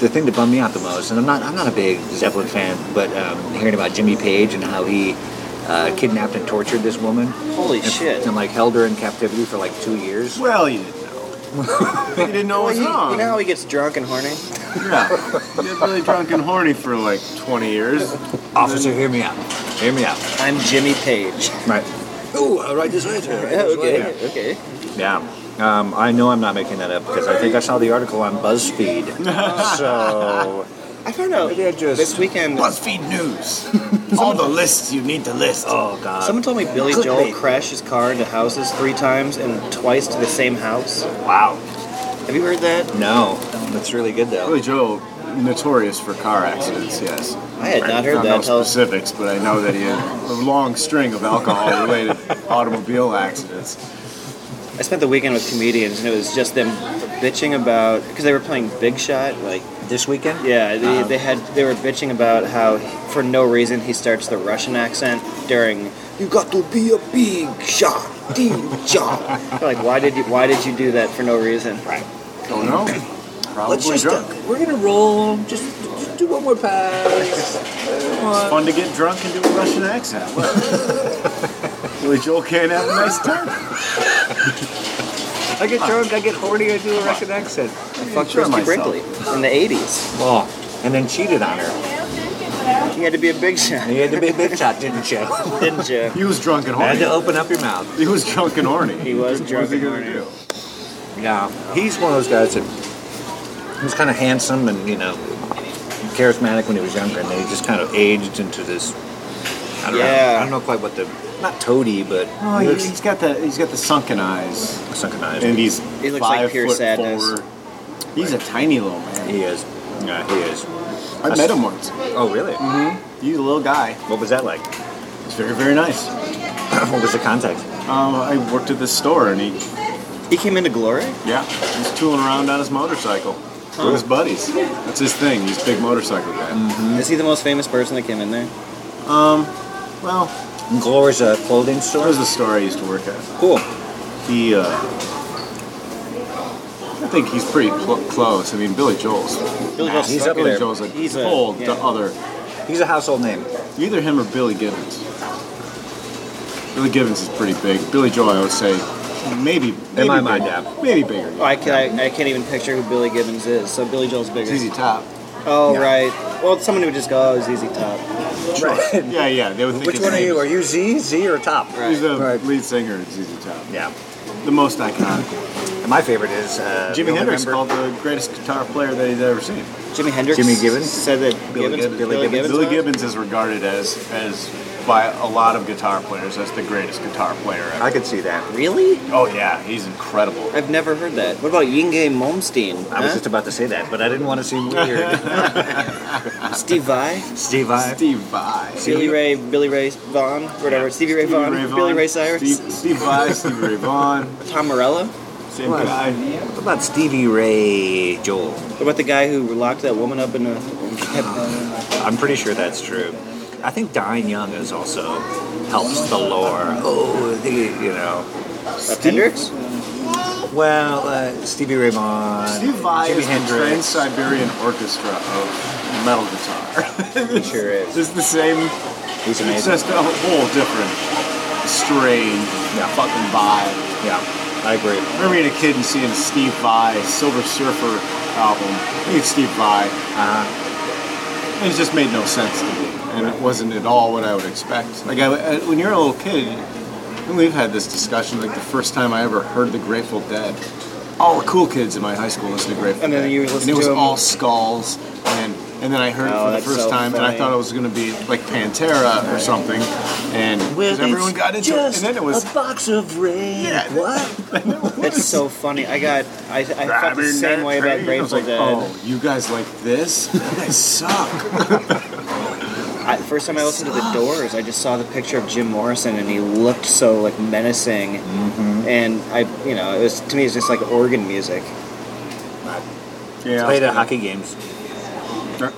[SPEAKER 11] The thing that bummed me out the most, and I'm not, I'm not a big Zeppelin fan, but um, hearing about Jimmy Page and how he uh, kidnapped and tortured this woman.
[SPEAKER 1] Holy
[SPEAKER 11] and,
[SPEAKER 1] shit.
[SPEAKER 11] And like held her in captivity for like two years. Well, you didn't know. you didn't
[SPEAKER 1] Well, you, you know how he gets drunk and horny?
[SPEAKER 9] Yeah. You get really drunk and horny for like 20 years. Officer,
[SPEAKER 11] hear me out. Hear me out.
[SPEAKER 1] I'm Jimmy Page.
[SPEAKER 11] Right. Ooh, I'll write this later.
[SPEAKER 1] okay, okay.
[SPEAKER 11] Yeah. Um, I know I'm not making that up because I think I saw the article on BuzzFeed. so
[SPEAKER 1] I don't know. this weekend,
[SPEAKER 9] BuzzFeed News. All the lists you need to list.
[SPEAKER 11] Oh God.
[SPEAKER 1] someone told me Billy
[SPEAKER 9] Clickbait.
[SPEAKER 1] Joel crashed his car into houses three times and twice to the same house.
[SPEAKER 11] Wow.
[SPEAKER 1] Have you heard that?
[SPEAKER 11] No, that's really good though.
[SPEAKER 9] Billy Joel, notorious for car accidents. Yes.
[SPEAKER 1] I had not heard that
[SPEAKER 9] I don't know
[SPEAKER 1] till-
[SPEAKER 9] specifics, but I know that he had a long string of alcohol-related automobile accidents.
[SPEAKER 1] I spent the weekend with comedians and it was just them bitching about because they were playing Big Shot like
[SPEAKER 11] this weekend.
[SPEAKER 1] Yeah, they,
[SPEAKER 11] Um,
[SPEAKER 1] they had they were bitching about how he- for no reason he starts the Russian accent during you got to be a big shot, big shot. like why did you why did you do that for no reason? Right.
[SPEAKER 9] Don't know.
[SPEAKER 11] Let's
[SPEAKER 9] Probably
[SPEAKER 11] just
[SPEAKER 9] drunk.
[SPEAKER 11] uh, we're gonna roll. Just, just do one more pass. uh,
[SPEAKER 9] It's fun to get drunk and do a Russian accent. Billy Joel can't have a nice time.
[SPEAKER 11] I get drunk. I get horny. I do a Russian accent.
[SPEAKER 1] Fuck Christy Brinkley in the '80s.
[SPEAKER 11] Well, Oh. and then cheated on her.
[SPEAKER 1] You had to be a big shot,
[SPEAKER 11] And you had to be a big shot, didn't you?
[SPEAKER 1] didn't you?
[SPEAKER 9] He was drunk and
[SPEAKER 11] I had
[SPEAKER 9] horny.
[SPEAKER 11] to open up your mouth.
[SPEAKER 9] He was drunk and horny.
[SPEAKER 1] He was
[SPEAKER 9] What was
[SPEAKER 1] drunk
[SPEAKER 9] he
[SPEAKER 1] and
[SPEAKER 9] gonna
[SPEAKER 1] horny.
[SPEAKER 9] do?
[SPEAKER 11] Yeah, he's one of those guys that was kind of handsome and you know charismatic when he was younger, and then he just kind of aged into this. I don't know.
[SPEAKER 1] Yeah.
[SPEAKER 11] I don't know quite what the not toady, but
[SPEAKER 9] Oh,
[SPEAKER 11] he
[SPEAKER 9] he-
[SPEAKER 11] looks
[SPEAKER 9] he's got the he's got the sunken eyes,
[SPEAKER 11] sunken eyes.
[SPEAKER 9] and he's
[SPEAKER 1] He looks
[SPEAKER 9] five
[SPEAKER 1] like pure
[SPEAKER 9] foot
[SPEAKER 1] sadness.
[SPEAKER 9] four. He's a tiny little man.
[SPEAKER 11] he is. Yeah, he is.
[SPEAKER 9] I met him once.
[SPEAKER 11] Oh, really?
[SPEAKER 9] He's a little guy.
[SPEAKER 11] What was that like?
[SPEAKER 9] He's very very nice.
[SPEAKER 11] what was the contact?
[SPEAKER 9] Um, I worked at this store, and he
[SPEAKER 1] He came into glory.
[SPEAKER 9] yeah, he's tooling around on his motorcycle with his buddies. That's his thing. He's a big motorcycle guy.
[SPEAKER 1] Is he the most famous person that came in there?
[SPEAKER 9] Um, well,
[SPEAKER 11] Glory's a uh, clothing
[SPEAKER 9] that
[SPEAKER 11] store.
[SPEAKER 9] was the store I used to work at.
[SPEAKER 11] Cool.
[SPEAKER 9] He, uh, I think he's pretty cl- close. I mean, Billy Joel's.
[SPEAKER 1] Billy Joel's
[SPEAKER 11] he's
[SPEAKER 1] sucked.
[SPEAKER 11] up there.
[SPEAKER 9] Billy Joel's a
[SPEAKER 1] He's a-
[SPEAKER 9] whole d-
[SPEAKER 1] yeah.
[SPEAKER 9] other.
[SPEAKER 11] He's a household name.
[SPEAKER 9] Either him or Billy Gibbons. Billy Gibbons is pretty big. Billy Joel, I would say, maybe. maybe
[SPEAKER 11] my mind,
[SPEAKER 9] bigger.
[SPEAKER 11] yeah.
[SPEAKER 9] Maybe bigger.
[SPEAKER 1] Oh, I, can, I, I can't even picture who Billy Gibbons is. So Billy Joel's bigger.
[SPEAKER 9] ZZ Top.
[SPEAKER 1] Oh
[SPEAKER 11] Yeah.
[SPEAKER 1] right. Well, someone would just go, oh, ZZ Top.
[SPEAKER 11] Right.
[SPEAKER 9] Yeah, yeah. They would think
[SPEAKER 11] Which
[SPEAKER 9] his
[SPEAKER 11] one are
[SPEAKER 9] name-
[SPEAKER 11] you? Are you Z, Z, or Top?
[SPEAKER 9] He's the
[SPEAKER 11] Right.
[SPEAKER 9] lead singer at ZZ Top.
[SPEAKER 11] Yeah.
[SPEAKER 9] The most iconic.
[SPEAKER 11] I my favorite is uh,
[SPEAKER 9] Jimi
[SPEAKER 11] You'll
[SPEAKER 9] Hendrix
[SPEAKER 11] Remember-
[SPEAKER 9] called the greatest guitar player that he's ever seen.
[SPEAKER 1] Jimi Hendrix
[SPEAKER 11] Jimi Gibbons?
[SPEAKER 1] said that
[SPEAKER 9] Billy
[SPEAKER 1] Gibbons-
[SPEAKER 9] Gibbons.
[SPEAKER 1] Billy Gibbons
[SPEAKER 9] Billy
[SPEAKER 1] was?
[SPEAKER 9] Gibbons is regarded as as by a lot of guitar players as the greatest guitar player ever.
[SPEAKER 11] I could see that.
[SPEAKER 1] Really?
[SPEAKER 9] Oh yeah, he's incredible.
[SPEAKER 1] I've never heard that. What about Yingay Malmsteen?
[SPEAKER 11] I was
[SPEAKER 1] huh?
[SPEAKER 11] just about to say that, but I didn't want to seem weird.
[SPEAKER 1] Steve Vai,
[SPEAKER 11] Steve I.
[SPEAKER 9] Steve Vai.
[SPEAKER 1] Billy Ray, Billy Ray Vaughan, whatever. Stevie Ray
[SPEAKER 9] Stevie
[SPEAKER 1] Vaughan,
[SPEAKER 9] Ray Vaughan,
[SPEAKER 1] Billy Ray Cyrus,
[SPEAKER 9] Steve, Steve Vai, Steve Ray Vaughan,
[SPEAKER 1] Tom Morello.
[SPEAKER 9] same
[SPEAKER 11] What?
[SPEAKER 9] guy.
[SPEAKER 11] What about Stevie Ray Joel?
[SPEAKER 1] What about the guy who locked that woman up in a?
[SPEAKER 11] I'm pretty sure that's true. I think dying young is also helps the lore. Oh, the, you know.
[SPEAKER 1] Hendrix?
[SPEAKER 11] Well, uh, Stevie Ray Vaughan,
[SPEAKER 9] Steve Vai
[SPEAKER 11] Jimi
[SPEAKER 9] is the Trans
[SPEAKER 11] Hendrix.
[SPEAKER 9] Siberian Orchestra of metal guitar.
[SPEAKER 11] He sure is.
[SPEAKER 9] It's the same.
[SPEAKER 11] He's
[SPEAKER 9] It's
[SPEAKER 11] amazing.
[SPEAKER 9] just a whole different strange fucking vibe.
[SPEAKER 11] Yeah, I agree.
[SPEAKER 9] I remember being a kid and seeing Steve Vai, Silver Surfer album. I think it's Steve Vai.
[SPEAKER 11] Uh-huh.
[SPEAKER 9] And it just made no sense to me. And it wasn't at all what I would expect. Like, I, I- when you're a little kid, and we've had this discussion, like the first time I ever heard the Grateful Dead, all the cool kids in my high school listened to Grateful
[SPEAKER 1] And then
[SPEAKER 9] Dead.
[SPEAKER 1] you listened
[SPEAKER 9] And it was
[SPEAKER 1] to 'em.
[SPEAKER 9] all skulls. And, and then I heard
[SPEAKER 1] Oh,
[SPEAKER 9] it for the
[SPEAKER 1] that's
[SPEAKER 9] first
[SPEAKER 1] so
[SPEAKER 9] time, and I
[SPEAKER 1] funny.
[SPEAKER 9] thought it was going to be like Pantera or something. And 'cause everyone got into it. And then it was.
[SPEAKER 11] a box of rain.
[SPEAKER 9] Yeah.
[SPEAKER 11] What?
[SPEAKER 1] That's so funny. I got. I, I felt the
[SPEAKER 9] Grabbing
[SPEAKER 1] same
[SPEAKER 9] that
[SPEAKER 1] way about
[SPEAKER 9] tree.
[SPEAKER 1] Grateful
[SPEAKER 9] I was like,
[SPEAKER 1] Dead.
[SPEAKER 9] Oh, you guys like this? You guys suck.
[SPEAKER 1] I, first time I listened to The Doors, I just saw the picture of Jim Morrison, and he looked so like menacing. And I, you know, it was to me, it's just like organ music.
[SPEAKER 11] Played at hockey games.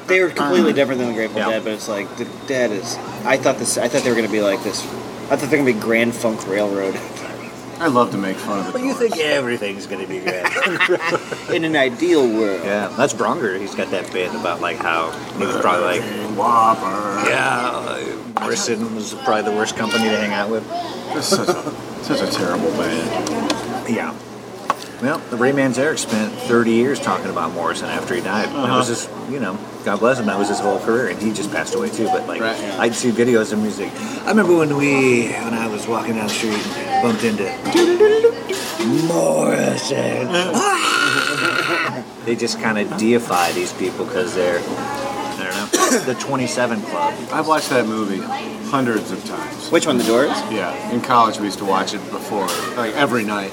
[SPEAKER 1] They were completely different than the Grateful
[SPEAKER 11] Uh-huh. Yeah.
[SPEAKER 1] Dead, but it's like the Dead is. I thought this. I thought they were gonna be like this. I thought they were gonna be Grand Funk Railroad
[SPEAKER 9] I love to make fun of
[SPEAKER 11] But
[SPEAKER 9] it.
[SPEAKER 11] you think everything's gonna be good?
[SPEAKER 1] in an ideal world.
[SPEAKER 11] yeah, that's Bronger. He's got that bit about like how he was probably like,
[SPEAKER 9] Whopper.
[SPEAKER 11] yeah, Morrison was probably the worst company to hang out with.
[SPEAKER 9] It's such a, such a terrible band.
[SPEAKER 11] Yeah. Well, the Ray Manzarek spent 30 years talking about Morrison after he died. That was his,
[SPEAKER 9] Uh-huh.
[SPEAKER 11] you know, God bless him. That was his whole career, and he just passed away too. But like,
[SPEAKER 9] Right, yeah.
[SPEAKER 11] I'd see videos of music. I remember when we, when I was walking down the street, and bumped into Morrison. they just kind of deify these people because they're, I don't know, the 27 Club.
[SPEAKER 9] I've watched that movie hundreds of times.
[SPEAKER 1] Which one, The Doors?
[SPEAKER 9] Yeah, in college we used to watch it before, like every night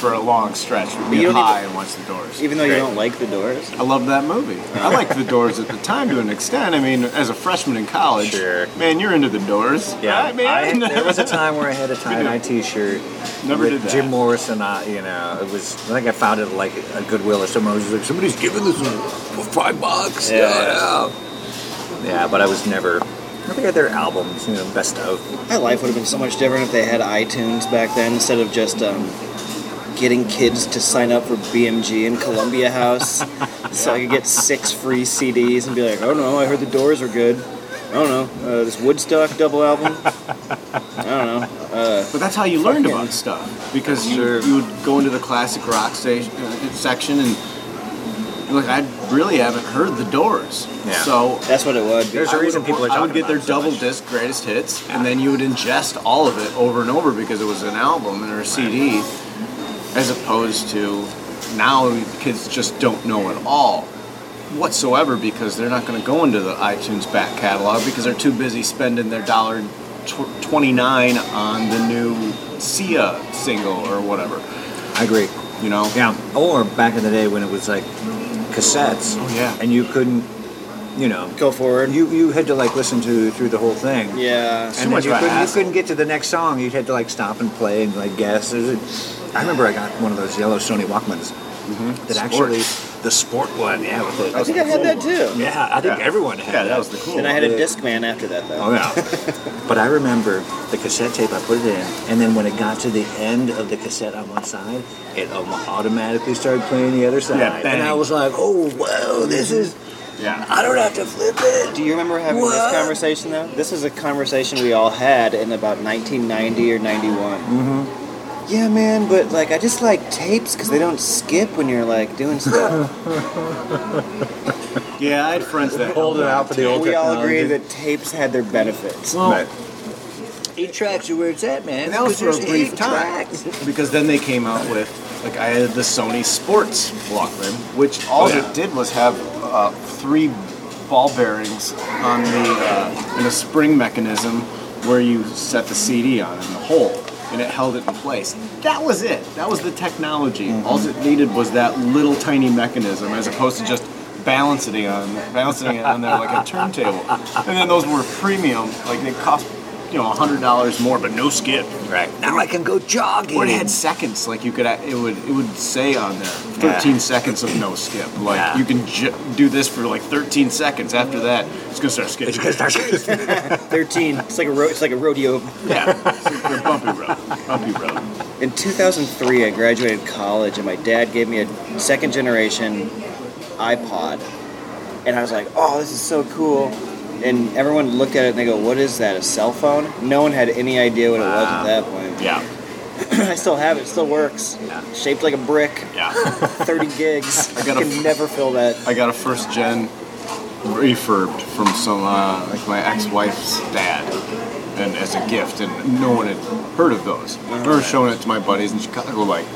[SPEAKER 9] for a long stretch.
[SPEAKER 1] You
[SPEAKER 9] We'd be
[SPEAKER 1] don't
[SPEAKER 9] high
[SPEAKER 1] even-
[SPEAKER 9] and watch The Doors.
[SPEAKER 1] Even though you
[SPEAKER 11] Great.
[SPEAKER 1] don't like The Doors,
[SPEAKER 9] I love that movie. I liked The Doors at the time to an extent. I mean, as a freshman in college,
[SPEAKER 11] Sure.
[SPEAKER 9] man, you're into The Doors. right, man.
[SPEAKER 11] I, there was a time where I had a tie-dye T-shirt.
[SPEAKER 9] Never
[SPEAKER 11] with
[SPEAKER 9] did that.
[SPEAKER 11] Jim Morrison. I, you know, it was. I think I found it at, like a Goodwill or somewhere. I was like, somebody's giving this for five bucks.
[SPEAKER 1] Yeah.
[SPEAKER 11] yeah. Yeah, but I was never. I think I had their albums, you know, best of.
[SPEAKER 1] my life would have been so much different if they had iTunes back then instead of just um, getting kids to sign up for BMG in Columbia House, so I could get six free CDs and be like, oh no, I heard The Doors are good. I don't know uh, this Woodstock double album. I don't know.
[SPEAKER 9] But that's how you learned
[SPEAKER 1] Fucking-
[SPEAKER 9] about stuff because you,
[SPEAKER 1] Sure.
[SPEAKER 9] you would go into the classic rock station, uh, section and look. I really haven't heard the Doors,
[SPEAKER 11] Yeah.
[SPEAKER 9] so
[SPEAKER 1] That's what it would. Be.
[SPEAKER 11] There's a
[SPEAKER 9] I
[SPEAKER 11] reason
[SPEAKER 9] would-
[SPEAKER 11] people are talking
[SPEAKER 9] I would get
[SPEAKER 11] about
[SPEAKER 9] their
[SPEAKER 11] it so
[SPEAKER 9] double
[SPEAKER 11] much.
[SPEAKER 9] disc greatest hits, and then you would ingest all of it over and over because it was an album or a CD, as opposed to now kids just don't know at all whatsoever because they're not going to go into the iTunes back catalog because they're too busy spending their dollar tw- twenty nine on the new Sia single or whatever.
[SPEAKER 11] I agree.
[SPEAKER 9] You know?
[SPEAKER 11] Yeah. Or back in the day when it was like cassettes.
[SPEAKER 9] Oh, yeah.
[SPEAKER 11] And you couldn't, you know,
[SPEAKER 1] Go forward.
[SPEAKER 11] you you had to like listen to through the whole thing.
[SPEAKER 1] Yeah.
[SPEAKER 9] too
[SPEAKER 11] and then
[SPEAKER 9] much
[SPEAKER 11] you
[SPEAKER 9] of a
[SPEAKER 11] couldn't, you
[SPEAKER 9] hassle.
[SPEAKER 11] couldn't get to the next song. You had to like stop and play and like guess. There's a, I remember I got one of those yellow Sony Walkmans that actually Mm-hmm. the sport one. Yeah, with the,
[SPEAKER 1] I think I had that too.
[SPEAKER 11] Yeah, I think
[SPEAKER 9] Yeah.
[SPEAKER 11] everyone had.
[SPEAKER 9] Yeah,
[SPEAKER 11] that
[SPEAKER 9] that was the cool.
[SPEAKER 1] Then I had a
[SPEAKER 11] Yeah.
[SPEAKER 1] Discman after that though.
[SPEAKER 11] Oh yeah. but I remember the cassette tape. I put it in, and then when it got to the end of the cassette on one side, it um, automatically started playing the other side,
[SPEAKER 9] Yeah,
[SPEAKER 11] and I
[SPEAKER 9] bang.
[SPEAKER 11] was like, "Oh wow, this is."
[SPEAKER 9] Yeah.
[SPEAKER 11] I don't have to flip it.
[SPEAKER 1] Do you remember having
[SPEAKER 11] What?
[SPEAKER 1] this conversation though? This is a conversation we all had in about 1990 or 91. Mm-hmm. Yeah, man, but like I just like tapes because they don't skip when you're like doing stuff.
[SPEAKER 9] Yeah, I had friends that
[SPEAKER 11] Hold it out for the old
[SPEAKER 1] we all agree
[SPEAKER 11] technology.
[SPEAKER 1] that tapes had their benefits.
[SPEAKER 9] Well,
[SPEAKER 11] Eight tracks are where it's at, man.
[SPEAKER 9] And that was for a
[SPEAKER 11] Because there's
[SPEAKER 9] brief
[SPEAKER 11] eight
[SPEAKER 9] time.
[SPEAKER 11] tracks.
[SPEAKER 9] Because then they came out with Like I had the Sony Sports Walkman, which
[SPEAKER 11] Oh,
[SPEAKER 9] all
[SPEAKER 11] yeah.
[SPEAKER 9] it did was have uh, three ball bearings on the uh, and a spring mechanism where you set the CD on in the hole, and it held it in place. That was it. That was the technology.
[SPEAKER 11] Mm-hmm.
[SPEAKER 9] All it needed was that little tiny mechanism, as opposed to just balancing it on balancing it on there like a turntable. And then those were premium, like they cost you know hundred dollars more, but no skip. Right now I can go jogging. Or it had seconds, like you could a- it would it would say on there
[SPEAKER 11] Yeah.
[SPEAKER 9] thirteen seconds of no skip. Like
[SPEAKER 11] Yeah.
[SPEAKER 9] you can ju- do this for like thirteen seconds. After that, it's gonna start skipping. It's gonna start skipping.
[SPEAKER 1] Thirteen. It's like a ro- it's like a rodeo.
[SPEAKER 9] Yeah, it's a bumpy road. Bumpy road.
[SPEAKER 1] In 2003, I graduated college, and my dad gave me a second generation iPod, and I was like, "Oh, this is so cool!" And everyone looked at it and they go, "What is that? A cell phone?" No one had any idea what it was at that point. Yeah, I still have it. it Still works. Shaped like a brick.
[SPEAKER 9] Yeah,
[SPEAKER 1] 30 gigs. I
[SPEAKER 9] got a
[SPEAKER 1] can never fill that.
[SPEAKER 9] I got a first gen refurbed from some uh, like my ex-wife's dad, and as a gift, and no one had heard of those. I remember showing it to my buddies in Chicago, like,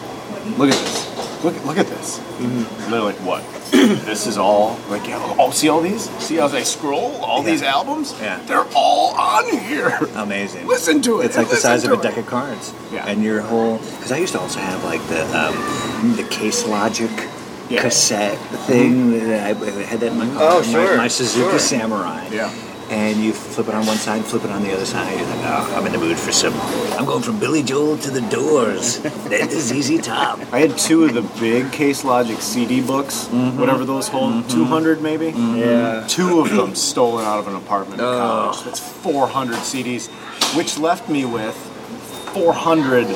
[SPEAKER 9] look at this, look look at this. Mm-hmm. And they're like, what? this is all like, yeah, oh, see all these? See how they scroll? All these albums? Yeah, Oh, they're all on here.
[SPEAKER 11] Amazing.
[SPEAKER 9] Listen to it.
[SPEAKER 11] It's like the
[SPEAKER 9] Listen
[SPEAKER 11] size of
[SPEAKER 9] to
[SPEAKER 11] a
[SPEAKER 9] it.
[SPEAKER 11] deck of cards. Yeah. And your whole because I used to also have like the um, the Case Logic cassette thing. that I I had that in my car.
[SPEAKER 1] Oh,
[SPEAKER 11] my-
[SPEAKER 1] sure,
[SPEAKER 11] My, Suzuki
[SPEAKER 1] sure.
[SPEAKER 11] Samurai. Yeah. And you flip it on one side, flip it on the other side. You're like, oh, I'm in the mood for some. I'm going from Billy Joel to the Doors. that is easy Top.
[SPEAKER 9] I had two of the big Case Logic CD books,
[SPEAKER 11] Mm-hmm.
[SPEAKER 9] whatever those hold, 200 maybe?
[SPEAKER 11] Yeah.
[SPEAKER 9] Two of them stolen out of an apartment
[SPEAKER 11] Oh.
[SPEAKER 9] in college. That's 400 CDs, which left me with 400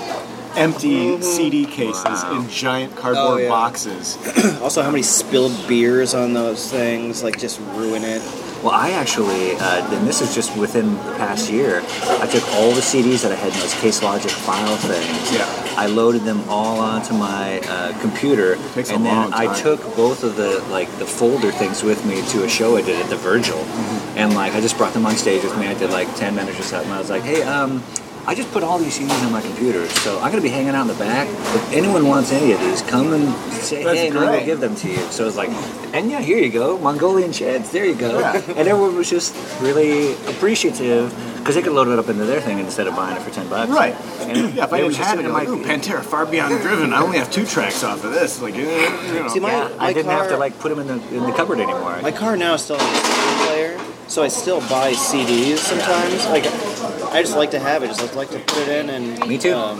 [SPEAKER 9] empty CD cases in giant
[SPEAKER 1] Mm-hmm.
[SPEAKER 9] cardboard
[SPEAKER 1] Oh, yeah.
[SPEAKER 9] boxes.
[SPEAKER 1] also, how many spilled beers on those things? Like just ruin it.
[SPEAKER 11] Well, I actually, uh, and this is just within the past year, I took all the CDs that I had in those Case Logic file things. Yeah. I loaded them all onto my uh, computer,
[SPEAKER 12] takes a
[SPEAKER 11] and then
[SPEAKER 12] long
[SPEAKER 11] I
[SPEAKER 12] time.
[SPEAKER 11] took both of the like the folder things with me to a show I did at the Virgil,
[SPEAKER 12] Mm-hmm.
[SPEAKER 11] and like I just brought them on stage with me. I did like ten minutes or something. I was like, hey, um. I just put all these CDs on my computer, so I'm gonna be hanging out in the back. If anyone wants any of these, come and say
[SPEAKER 12] That's
[SPEAKER 11] hey, and I will
[SPEAKER 12] great.
[SPEAKER 11] give them to you. So it's like, and yeah, here you go, Mongolian sheds. There you go.
[SPEAKER 12] Yeah.
[SPEAKER 11] And everyone was just really appreciative because they could load it up into their thing instead of buying it for ten bucks.
[SPEAKER 9] Right.
[SPEAKER 11] And
[SPEAKER 9] yeah, if I
[SPEAKER 11] they were
[SPEAKER 9] didn't
[SPEAKER 11] just
[SPEAKER 9] have it,
[SPEAKER 11] sitting
[SPEAKER 9] I'm
[SPEAKER 11] there
[SPEAKER 9] like, ooh, Pantera, Far Beyond Driven. I only have two tracks off of this. Like, eh, you know.
[SPEAKER 1] See, my-
[SPEAKER 11] yeah, I
[SPEAKER 1] my
[SPEAKER 11] didn't have to
[SPEAKER 1] car-
[SPEAKER 11] like put them in the in the cupboard anymore.
[SPEAKER 1] My car now still has a CD player, so I still buy CDs sometimes. Like, I just like to have it. Just like to put it in and.
[SPEAKER 11] Me too.
[SPEAKER 1] um,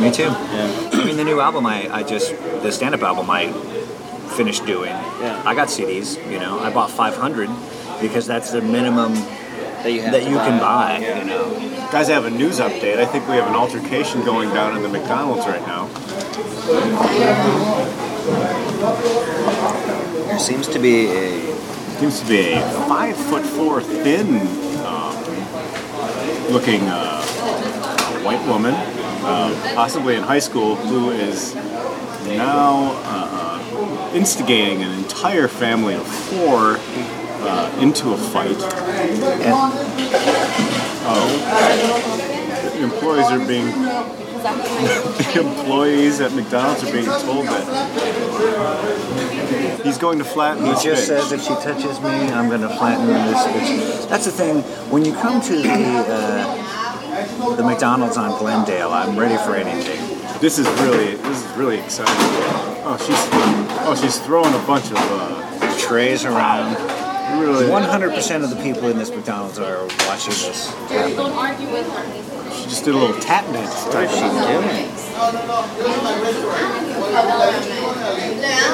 [SPEAKER 11] Me too. I mean, the new album I, I just, the stand up album I finished doing, I got CDs, you know, I bought 500 because that's the minimum that
[SPEAKER 1] you,
[SPEAKER 9] have to
[SPEAKER 11] can
[SPEAKER 9] buy.
[SPEAKER 11] buy, you know.
[SPEAKER 9] Guys, I have a news update. I think we have an altercation going down in the McDonald's right now.
[SPEAKER 1] There seems to be a
[SPEAKER 9] seems to be a five foot four thin um, looking uh, white woman, uh, possibly in high school, who is now uh, instigating an entire family of four uh, into a fight. Oh. The employees are being the employees at McDonald's are being told that he's going to flatten
[SPEAKER 11] He
[SPEAKER 9] this
[SPEAKER 11] just
[SPEAKER 9] bitch.
[SPEAKER 11] says if she touches me, I'm going to flatten this bitch. That's the thing. When you come to the uh, the McDonald's on Glendale, I'm ready for anything.
[SPEAKER 9] This is really this is really exciting. Oh, she's oh she's throwing a bunch of uh,
[SPEAKER 11] trays around.
[SPEAKER 9] Really,
[SPEAKER 11] 100% of the people in this McDonald's are watching this.
[SPEAKER 13] Don't argue with her.
[SPEAKER 9] She just did a little tap dance. What is she doing?
[SPEAKER 13] I don't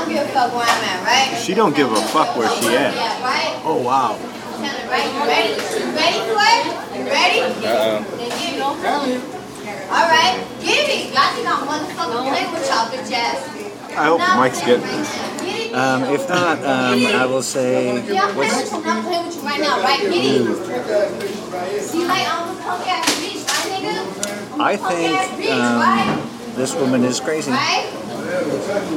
[SPEAKER 13] give a fuck where I'm at, right?
[SPEAKER 9] She don't give a fuck where she at.
[SPEAKER 13] Yeah, right?
[SPEAKER 9] Oh wow.
[SPEAKER 13] Right? You ready? You ready for it? You ready?
[SPEAKER 9] Uh-oh.
[SPEAKER 13] Then give it. All right, give it. Y'all think I'm motherfucking playing with y'all bitch ass.
[SPEAKER 9] I hope Mike's getting this.
[SPEAKER 11] Um, if not, um, I will say
[SPEAKER 13] Yeah, I'm playing
[SPEAKER 11] what's
[SPEAKER 13] with you. I'm not playing with you right now, right? Get it. See, like, I'm a punk ass bitch, right, nigga? I'm a
[SPEAKER 11] I
[SPEAKER 13] punk ass
[SPEAKER 11] think
[SPEAKER 13] bitch, right?
[SPEAKER 11] um, this woman is crazy.
[SPEAKER 13] Right?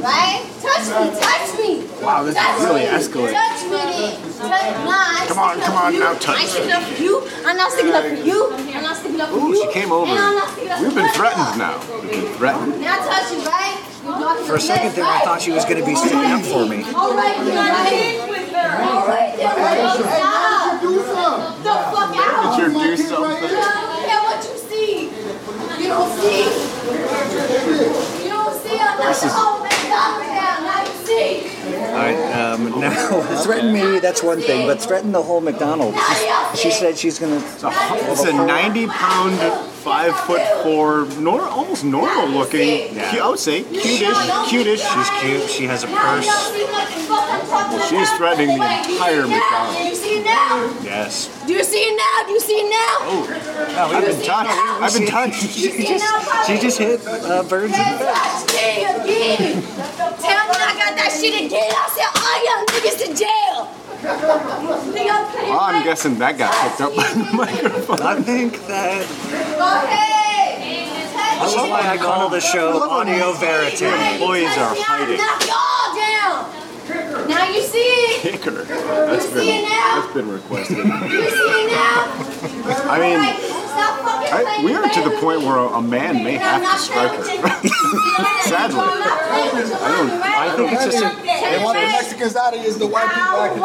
[SPEAKER 13] Right? Touch me, touch me.
[SPEAKER 11] Wow, this is
[SPEAKER 13] Touch
[SPEAKER 11] really
[SPEAKER 13] me,
[SPEAKER 11] escalating.
[SPEAKER 13] Touch me. then. Touch, nah,
[SPEAKER 9] Come on, come on, now
[SPEAKER 13] I ain't
[SPEAKER 9] touch
[SPEAKER 13] sticking up for you. I'm not sticking up for you. I'm not sticking up for you.
[SPEAKER 9] Ooh, she came over.
[SPEAKER 13] And I'm not sticking up for
[SPEAKER 9] We've been
[SPEAKER 13] you.
[SPEAKER 9] threatened now. We've been threatened.
[SPEAKER 13] Now touch you, right? You
[SPEAKER 11] For a second there, I thought she was going to be standing up for me.
[SPEAKER 10] All right, you guys. with her. All right, then. Stop. The fuck out.
[SPEAKER 9] Introduce
[SPEAKER 10] You
[SPEAKER 9] something.
[SPEAKER 10] don't care what you see. You don't see. You don't see. I'm not
[SPEAKER 11] This
[SPEAKER 10] the
[SPEAKER 11] is-
[SPEAKER 10] whole man up and down. Now you see.
[SPEAKER 11] All right, um, now threaten me, that's one thing, but threaten the whole McDonald's. She said she's going to.
[SPEAKER 9] It's a 90 pound, 5 foot 4, nor, almost normal looking,
[SPEAKER 11] Yeah.
[SPEAKER 9] cu- I would say, cutish, cutish.
[SPEAKER 11] She's cute. She has a
[SPEAKER 10] Now you
[SPEAKER 11] purse.
[SPEAKER 10] don't see what the fuck I'm talking
[SPEAKER 9] Well,
[SPEAKER 10] about.
[SPEAKER 9] she's threatening the entire
[SPEAKER 10] Do you see now? Do you see now?
[SPEAKER 9] McDonald's.
[SPEAKER 11] Yes.
[SPEAKER 10] Do you see now? Do you see now?
[SPEAKER 9] Oh,
[SPEAKER 10] we've
[SPEAKER 9] I've
[SPEAKER 10] been
[SPEAKER 9] been
[SPEAKER 10] touched.
[SPEAKER 9] touched. I've been touched.
[SPEAKER 10] You see now,
[SPEAKER 11] She just hit uh, birds.
[SPEAKER 10] Can't touch me again. Tell me I got that shit again. I said all y'all niggas to jail. Nigga, I'm playing.
[SPEAKER 9] Well, Oh, I'm guessing that got picked up by the microphone.
[SPEAKER 11] I think that.
[SPEAKER 10] Go ahead.
[SPEAKER 11] This is why I call the show Audio Verity.
[SPEAKER 9] Employees are hiding.
[SPEAKER 10] Knock y'all down. Now you see it.
[SPEAKER 9] Kicker. That's
[SPEAKER 10] You
[SPEAKER 9] been,
[SPEAKER 10] see it now?
[SPEAKER 9] that's been requested.
[SPEAKER 10] You see it now.
[SPEAKER 9] I mean,
[SPEAKER 10] Stop fucking
[SPEAKER 9] I,
[SPEAKER 10] playing.
[SPEAKER 9] we are to the point where a man may have to strike her. Sadly. I don't. I
[SPEAKER 11] think it's just
[SPEAKER 9] a.
[SPEAKER 14] one of the Mexicans out of here is the white people I can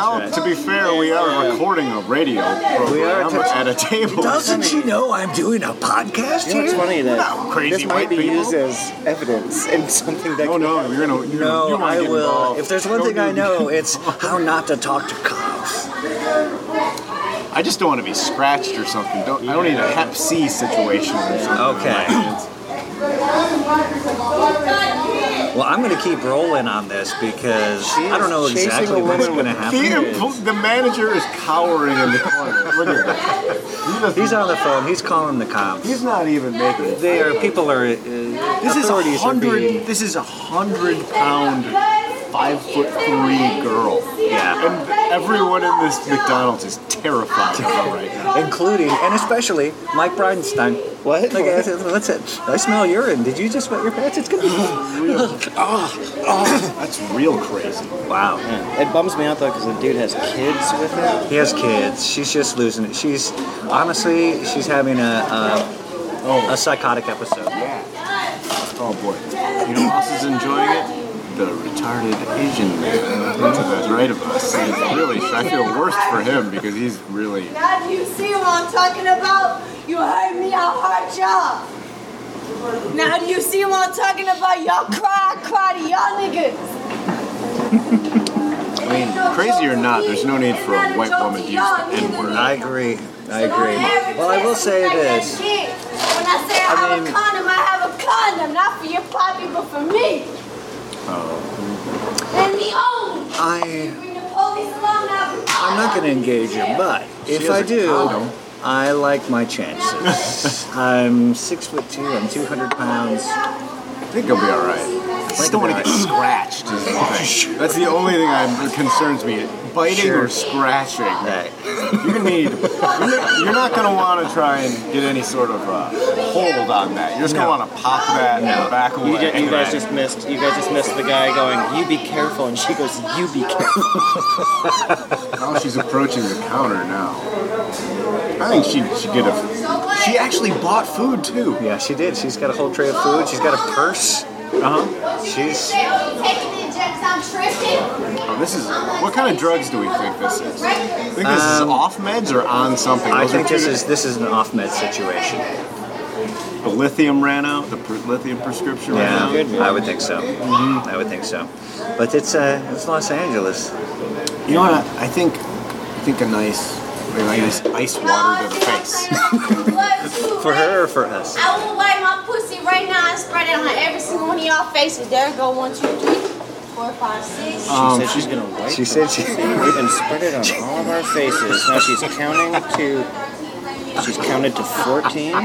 [SPEAKER 9] Well, to be fair, we are recording a radio program at a table.
[SPEAKER 1] Doesn't
[SPEAKER 9] she know I'm doing a podcast
[SPEAKER 1] You know, it's funny that
[SPEAKER 9] crazy
[SPEAKER 1] this might
[SPEAKER 9] white
[SPEAKER 1] be
[SPEAKER 9] people.
[SPEAKER 1] used as evidence in something that.
[SPEAKER 9] No, Oh, no, you're gonna. You're,
[SPEAKER 11] No,
[SPEAKER 9] you wanna
[SPEAKER 11] I
[SPEAKER 9] get
[SPEAKER 11] will.
[SPEAKER 9] Involved.
[SPEAKER 11] If there's one
[SPEAKER 9] Don't
[SPEAKER 11] thing I
[SPEAKER 9] get-
[SPEAKER 11] know, it's how not to talk to cops.
[SPEAKER 9] I just don't want to be scratched or something. Don't. I don't need a Hep C situation or something.
[SPEAKER 11] Okay. Well, I'm going to keep rolling on this because I don't know
[SPEAKER 9] Chasing
[SPEAKER 11] exactly
[SPEAKER 9] a
[SPEAKER 11] what's
[SPEAKER 9] woman
[SPEAKER 11] going to
[SPEAKER 9] with-
[SPEAKER 11] happen.
[SPEAKER 9] The, empl- the manager is cowering in the corner. Look at that.
[SPEAKER 11] He's on the phone. He's calling the cops.
[SPEAKER 9] He's not even making it.
[SPEAKER 11] They are people are. Uh,
[SPEAKER 9] This is a
[SPEAKER 11] authorities are being-
[SPEAKER 9] hundred. This is a hundred pound, five foot three girl.
[SPEAKER 11] Yeah.
[SPEAKER 9] And everyone in this McDonald's is terrified of her right now.
[SPEAKER 11] including and especially Mike Bridenstine. What? Like, I said, What's it? I smell urine. Did you just wet your pants? It's gonna. oh, oh.
[SPEAKER 9] That's real crazy.
[SPEAKER 11] Wow.
[SPEAKER 1] It bums me out though because the dude has kids with him.
[SPEAKER 11] He has kids. She's just losing it. She's honestly, she's having a a, a psychotic episode.
[SPEAKER 9] Oh boy. You know who else is enjoying it? The retarded Asian man to the right of us. And it's really, I feel worse for him because he's really.
[SPEAKER 10] Now do you see what I'm talking about? You heard me, I heard y'all. Now do you see what I'm talking about? Y'all cry, I cry to y'all niggas.
[SPEAKER 9] I mean, crazy or not, there's no need for a white woman to use the N word.
[SPEAKER 11] I agree. I agree. Well, I will say this.
[SPEAKER 10] When I say I, have a condom, I have a condom. Not for your poppy, but for me.
[SPEAKER 9] Oh,
[SPEAKER 10] And me own.
[SPEAKER 11] I
[SPEAKER 10] Bring the police along now.
[SPEAKER 11] I'm not going to engage him, but
[SPEAKER 9] She
[SPEAKER 11] if
[SPEAKER 9] has
[SPEAKER 11] I
[SPEAKER 9] a
[SPEAKER 11] do,
[SPEAKER 9] condom.
[SPEAKER 11] I like my chances. I'm six foot two. I'm 200 pounds.
[SPEAKER 9] I think he'll be alright. I just don't want to get scratched. Is the thing. That's the only thing I'm, that concerns me. Biting
[SPEAKER 11] Sure.
[SPEAKER 9] or scratching. You're gonna need. You're not gonna want to try and get any sort of uh, hold on that. You're just gonna want to pop that and back away.
[SPEAKER 1] You, ju- you guys just missed. You guys just missed the guy going. You be careful, and she goes. You be careful.
[SPEAKER 9] Now she's approaching the counter now. I think she she did a. She actually bought food too.
[SPEAKER 11] Yeah, she did. She's got a whole tray of food. She's got a purse. Uh huh. She's.
[SPEAKER 10] Say, oh, you taking the injects? I'm tripping.
[SPEAKER 9] Oh, this is what kind of drugs do we think this is?
[SPEAKER 10] Right?
[SPEAKER 9] Think this is off meds or on something?
[SPEAKER 11] um, I
[SPEAKER 9] Those are
[SPEAKER 11] think this
[SPEAKER 9] two-
[SPEAKER 11] is this is an off med situation.
[SPEAKER 9] The lithium ran out. The per- lithium prescription
[SPEAKER 11] Yeah,
[SPEAKER 9] ran out.
[SPEAKER 11] I would think so.
[SPEAKER 1] Mm-hmm.
[SPEAKER 11] I would think so. But it's uh, it's Los Angeles.
[SPEAKER 9] You know what? I, I think I think a nice, a nice ice water to the face.
[SPEAKER 11] For her or for us?
[SPEAKER 15] I will wipe my pussy right now and spread it on every single one of y'all faces. There go one, two, three, four, five, six.
[SPEAKER 9] Um,
[SPEAKER 1] She said she's gonna wipe.
[SPEAKER 11] Um, She said she.
[SPEAKER 1] We've been spread it on all of our faces. Now she's counting to. She's counted to fourteen.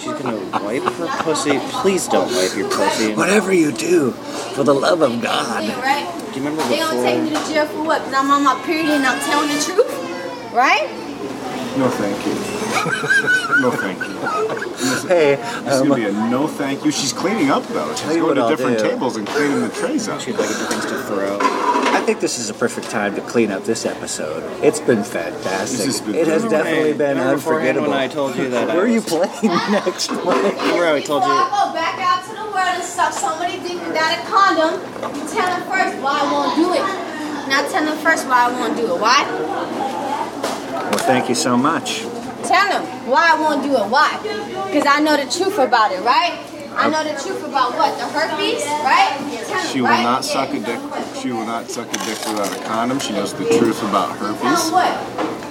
[SPEAKER 1] She's gonna wipe her pussy. Please don't wipe your pussy.
[SPEAKER 11] Whatever you do, for the love of God.
[SPEAKER 15] Right?
[SPEAKER 1] Do you remember
[SPEAKER 15] They gonna take me
[SPEAKER 1] before?
[SPEAKER 15] to jail for what? Because I'm on my period and I'm telling the truth, right?
[SPEAKER 9] No, thank you. no, thank you.
[SPEAKER 11] Hey, um,
[SPEAKER 9] This is gonna be a no, thank you. She's cleaning up though. She's
[SPEAKER 11] you
[SPEAKER 9] going
[SPEAKER 11] what
[SPEAKER 9] to
[SPEAKER 11] I'll
[SPEAKER 9] different
[SPEAKER 11] do.
[SPEAKER 9] tables and cleaning the trays up.
[SPEAKER 1] She'd like to things to throw.
[SPEAKER 11] I think this is a perfect time to clean up this episode. It's been fantastic.
[SPEAKER 9] This has been-
[SPEAKER 11] it has
[SPEAKER 1] Remember when
[SPEAKER 11] definitely
[SPEAKER 1] I-
[SPEAKER 11] been
[SPEAKER 1] remember beforehand
[SPEAKER 11] unforgettable.
[SPEAKER 1] When I told you that. I
[SPEAKER 11] Where are you
[SPEAKER 1] was-
[SPEAKER 11] playing next week?
[SPEAKER 1] Remember I told you.
[SPEAKER 10] Go back out to the
[SPEAKER 16] first off, somebody did without a condom, you tell them first why I won't do it. Not tell them first why I won't do it. Why?
[SPEAKER 1] Well, thank you so much.
[SPEAKER 10] Tell them why I won't do it. Why? Because I know the truth about it, right? I know the truth about what? The herpes, right? Tell 'em,
[SPEAKER 9] She will
[SPEAKER 10] right?
[SPEAKER 9] not suck a dick. She will not suck a dick without a condom. She knows the truth about herpes.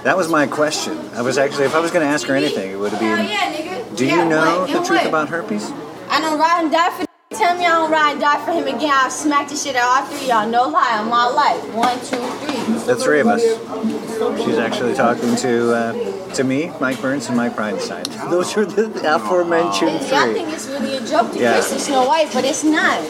[SPEAKER 1] That was my question. I was actually, if I was going to ask her anything, it would have
[SPEAKER 10] Hell
[SPEAKER 1] been,
[SPEAKER 10] yeah, nigga.
[SPEAKER 1] do
[SPEAKER 10] Yeah,
[SPEAKER 1] you know
[SPEAKER 10] what?
[SPEAKER 1] the
[SPEAKER 10] And
[SPEAKER 1] truth
[SPEAKER 10] what?
[SPEAKER 1] about herpes?
[SPEAKER 10] I don't ride and die for. Tell me I don't ride and die for him again. I'll smack the shit out of all three of y'all. No lie, on my life. One, two, three.
[SPEAKER 1] The three of us. She's actually talking to uh, to me, Mike Burns, and Mike Bridenstine. Those are the aforementioned
[SPEAKER 10] Y'all
[SPEAKER 1] three.
[SPEAKER 10] think it's really a joke to
[SPEAKER 1] Yeah.
[SPEAKER 10] kiss the Snow White, but it's not.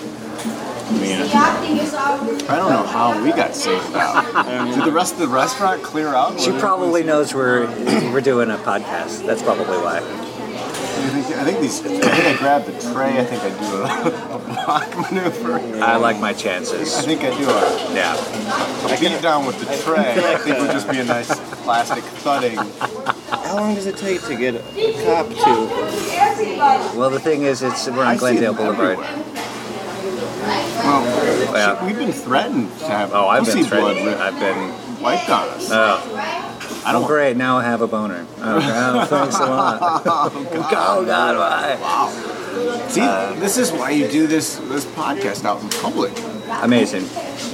[SPEAKER 10] Y'all think it's all.
[SPEAKER 9] I don't know how we got saved out. Did the rest of the restaurant clear out?
[SPEAKER 1] She probably knows we're we're doing a podcast. That's probably why.
[SPEAKER 9] I think, I think these. I think I grabbed the tray. I think I do a, a block maneuver.
[SPEAKER 1] I like my chances.
[SPEAKER 9] I think I do a
[SPEAKER 1] yeah.
[SPEAKER 9] beat down with the tray. I think it would just be a nice plastic thudding.
[SPEAKER 17] How long does it take to get a cop to?
[SPEAKER 1] Well, the thing is, it's we're on
[SPEAKER 9] I see
[SPEAKER 1] Glendale
[SPEAKER 9] them
[SPEAKER 1] Boulevard.
[SPEAKER 9] Well, we've been threatened to have
[SPEAKER 1] Oh, I've
[SPEAKER 9] pussy
[SPEAKER 1] been
[SPEAKER 9] blood
[SPEAKER 1] threatened. I've been
[SPEAKER 9] wiped on us.
[SPEAKER 1] Oh.
[SPEAKER 9] I don't-
[SPEAKER 1] oh, great. Now I have a boner. Oh, oh, thanks a lot.
[SPEAKER 9] oh,
[SPEAKER 1] God. why?
[SPEAKER 9] Wow. See, this is why you do this this podcast out in public.
[SPEAKER 1] Amazing.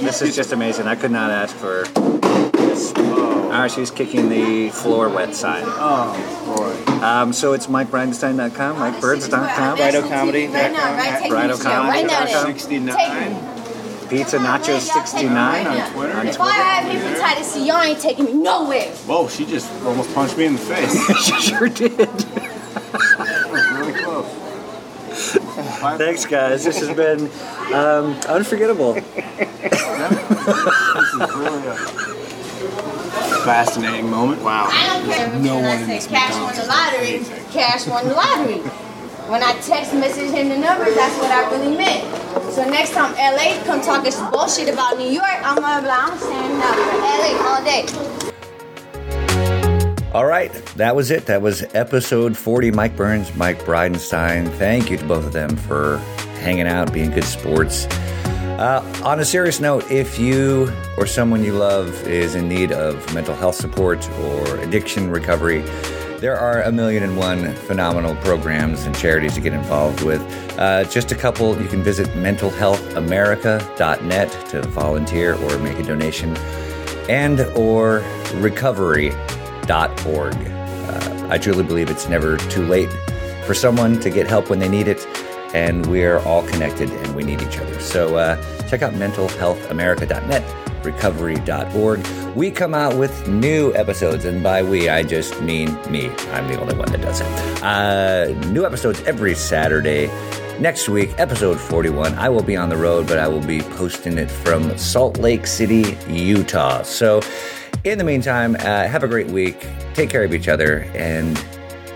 [SPEAKER 1] This is just amazing. I could not ask for this. Oh, she's kicking the floor wet side.
[SPEAKER 9] Oh,
[SPEAKER 1] boy. Um, so it's MikeBridenstein.com, MikeBirds.com.
[SPEAKER 10] Right now, right? Take
[SPEAKER 1] Brido
[SPEAKER 10] me to jail. Right now, then. Take me.
[SPEAKER 1] Pizza Nacho 69 on Twitter.
[SPEAKER 10] If I have hepatitis C, y'all ain't taking me nowhere.
[SPEAKER 9] Whoa, she just almost punched me in the face.
[SPEAKER 1] she sure did.
[SPEAKER 9] really close.
[SPEAKER 1] Thanks, guys. This has been um, unforgettable.
[SPEAKER 9] uh, Fascinating moment. Wow.
[SPEAKER 10] I don't care if
[SPEAKER 9] No
[SPEAKER 10] when
[SPEAKER 9] one
[SPEAKER 10] I
[SPEAKER 9] in
[SPEAKER 10] say
[SPEAKER 9] this
[SPEAKER 10] cash won the lottery, cash won the lottery. When I text message him the numbers, that's what I really meant. So next time LA come talking bullshit about New York, I'm gonna be like, I'm standing up for LA all day.
[SPEAKER 8] All right, that was it. That was episode 40. Mike Burns, Mike Bridenstine. Thank you to both of them for hanging out, being good sports. Uh, on a serious note, if you or someone you love is in need of mental health support or addiction recovery, there are a million and one phenomenal programs and charities to get involved with. Uh, just a couple, you can visit mentalhealthamerica.net to volunteer or make a donation and or recovery.org. Uh, I truly believe it's never too late for someone to get help when they need it, and we're all connected and we need each other. So uh, check out mentalhealthamerica.net, recovery.org. We come out with new episodes, and by we, I just mean me. I'm the only one that does it. Uh, new episodes every Saturday. Next week, episode 41, I will be on the road, but I will be posting it from Salt Lake City, Utah. So, in the meantime, uh, have a great week. Take care of each other. And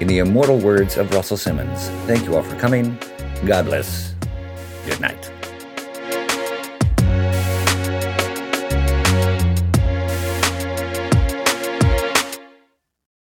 [SPEAKER 8] in the immortal words of Russell Simmons, thank you all for coming. God bless. Good night.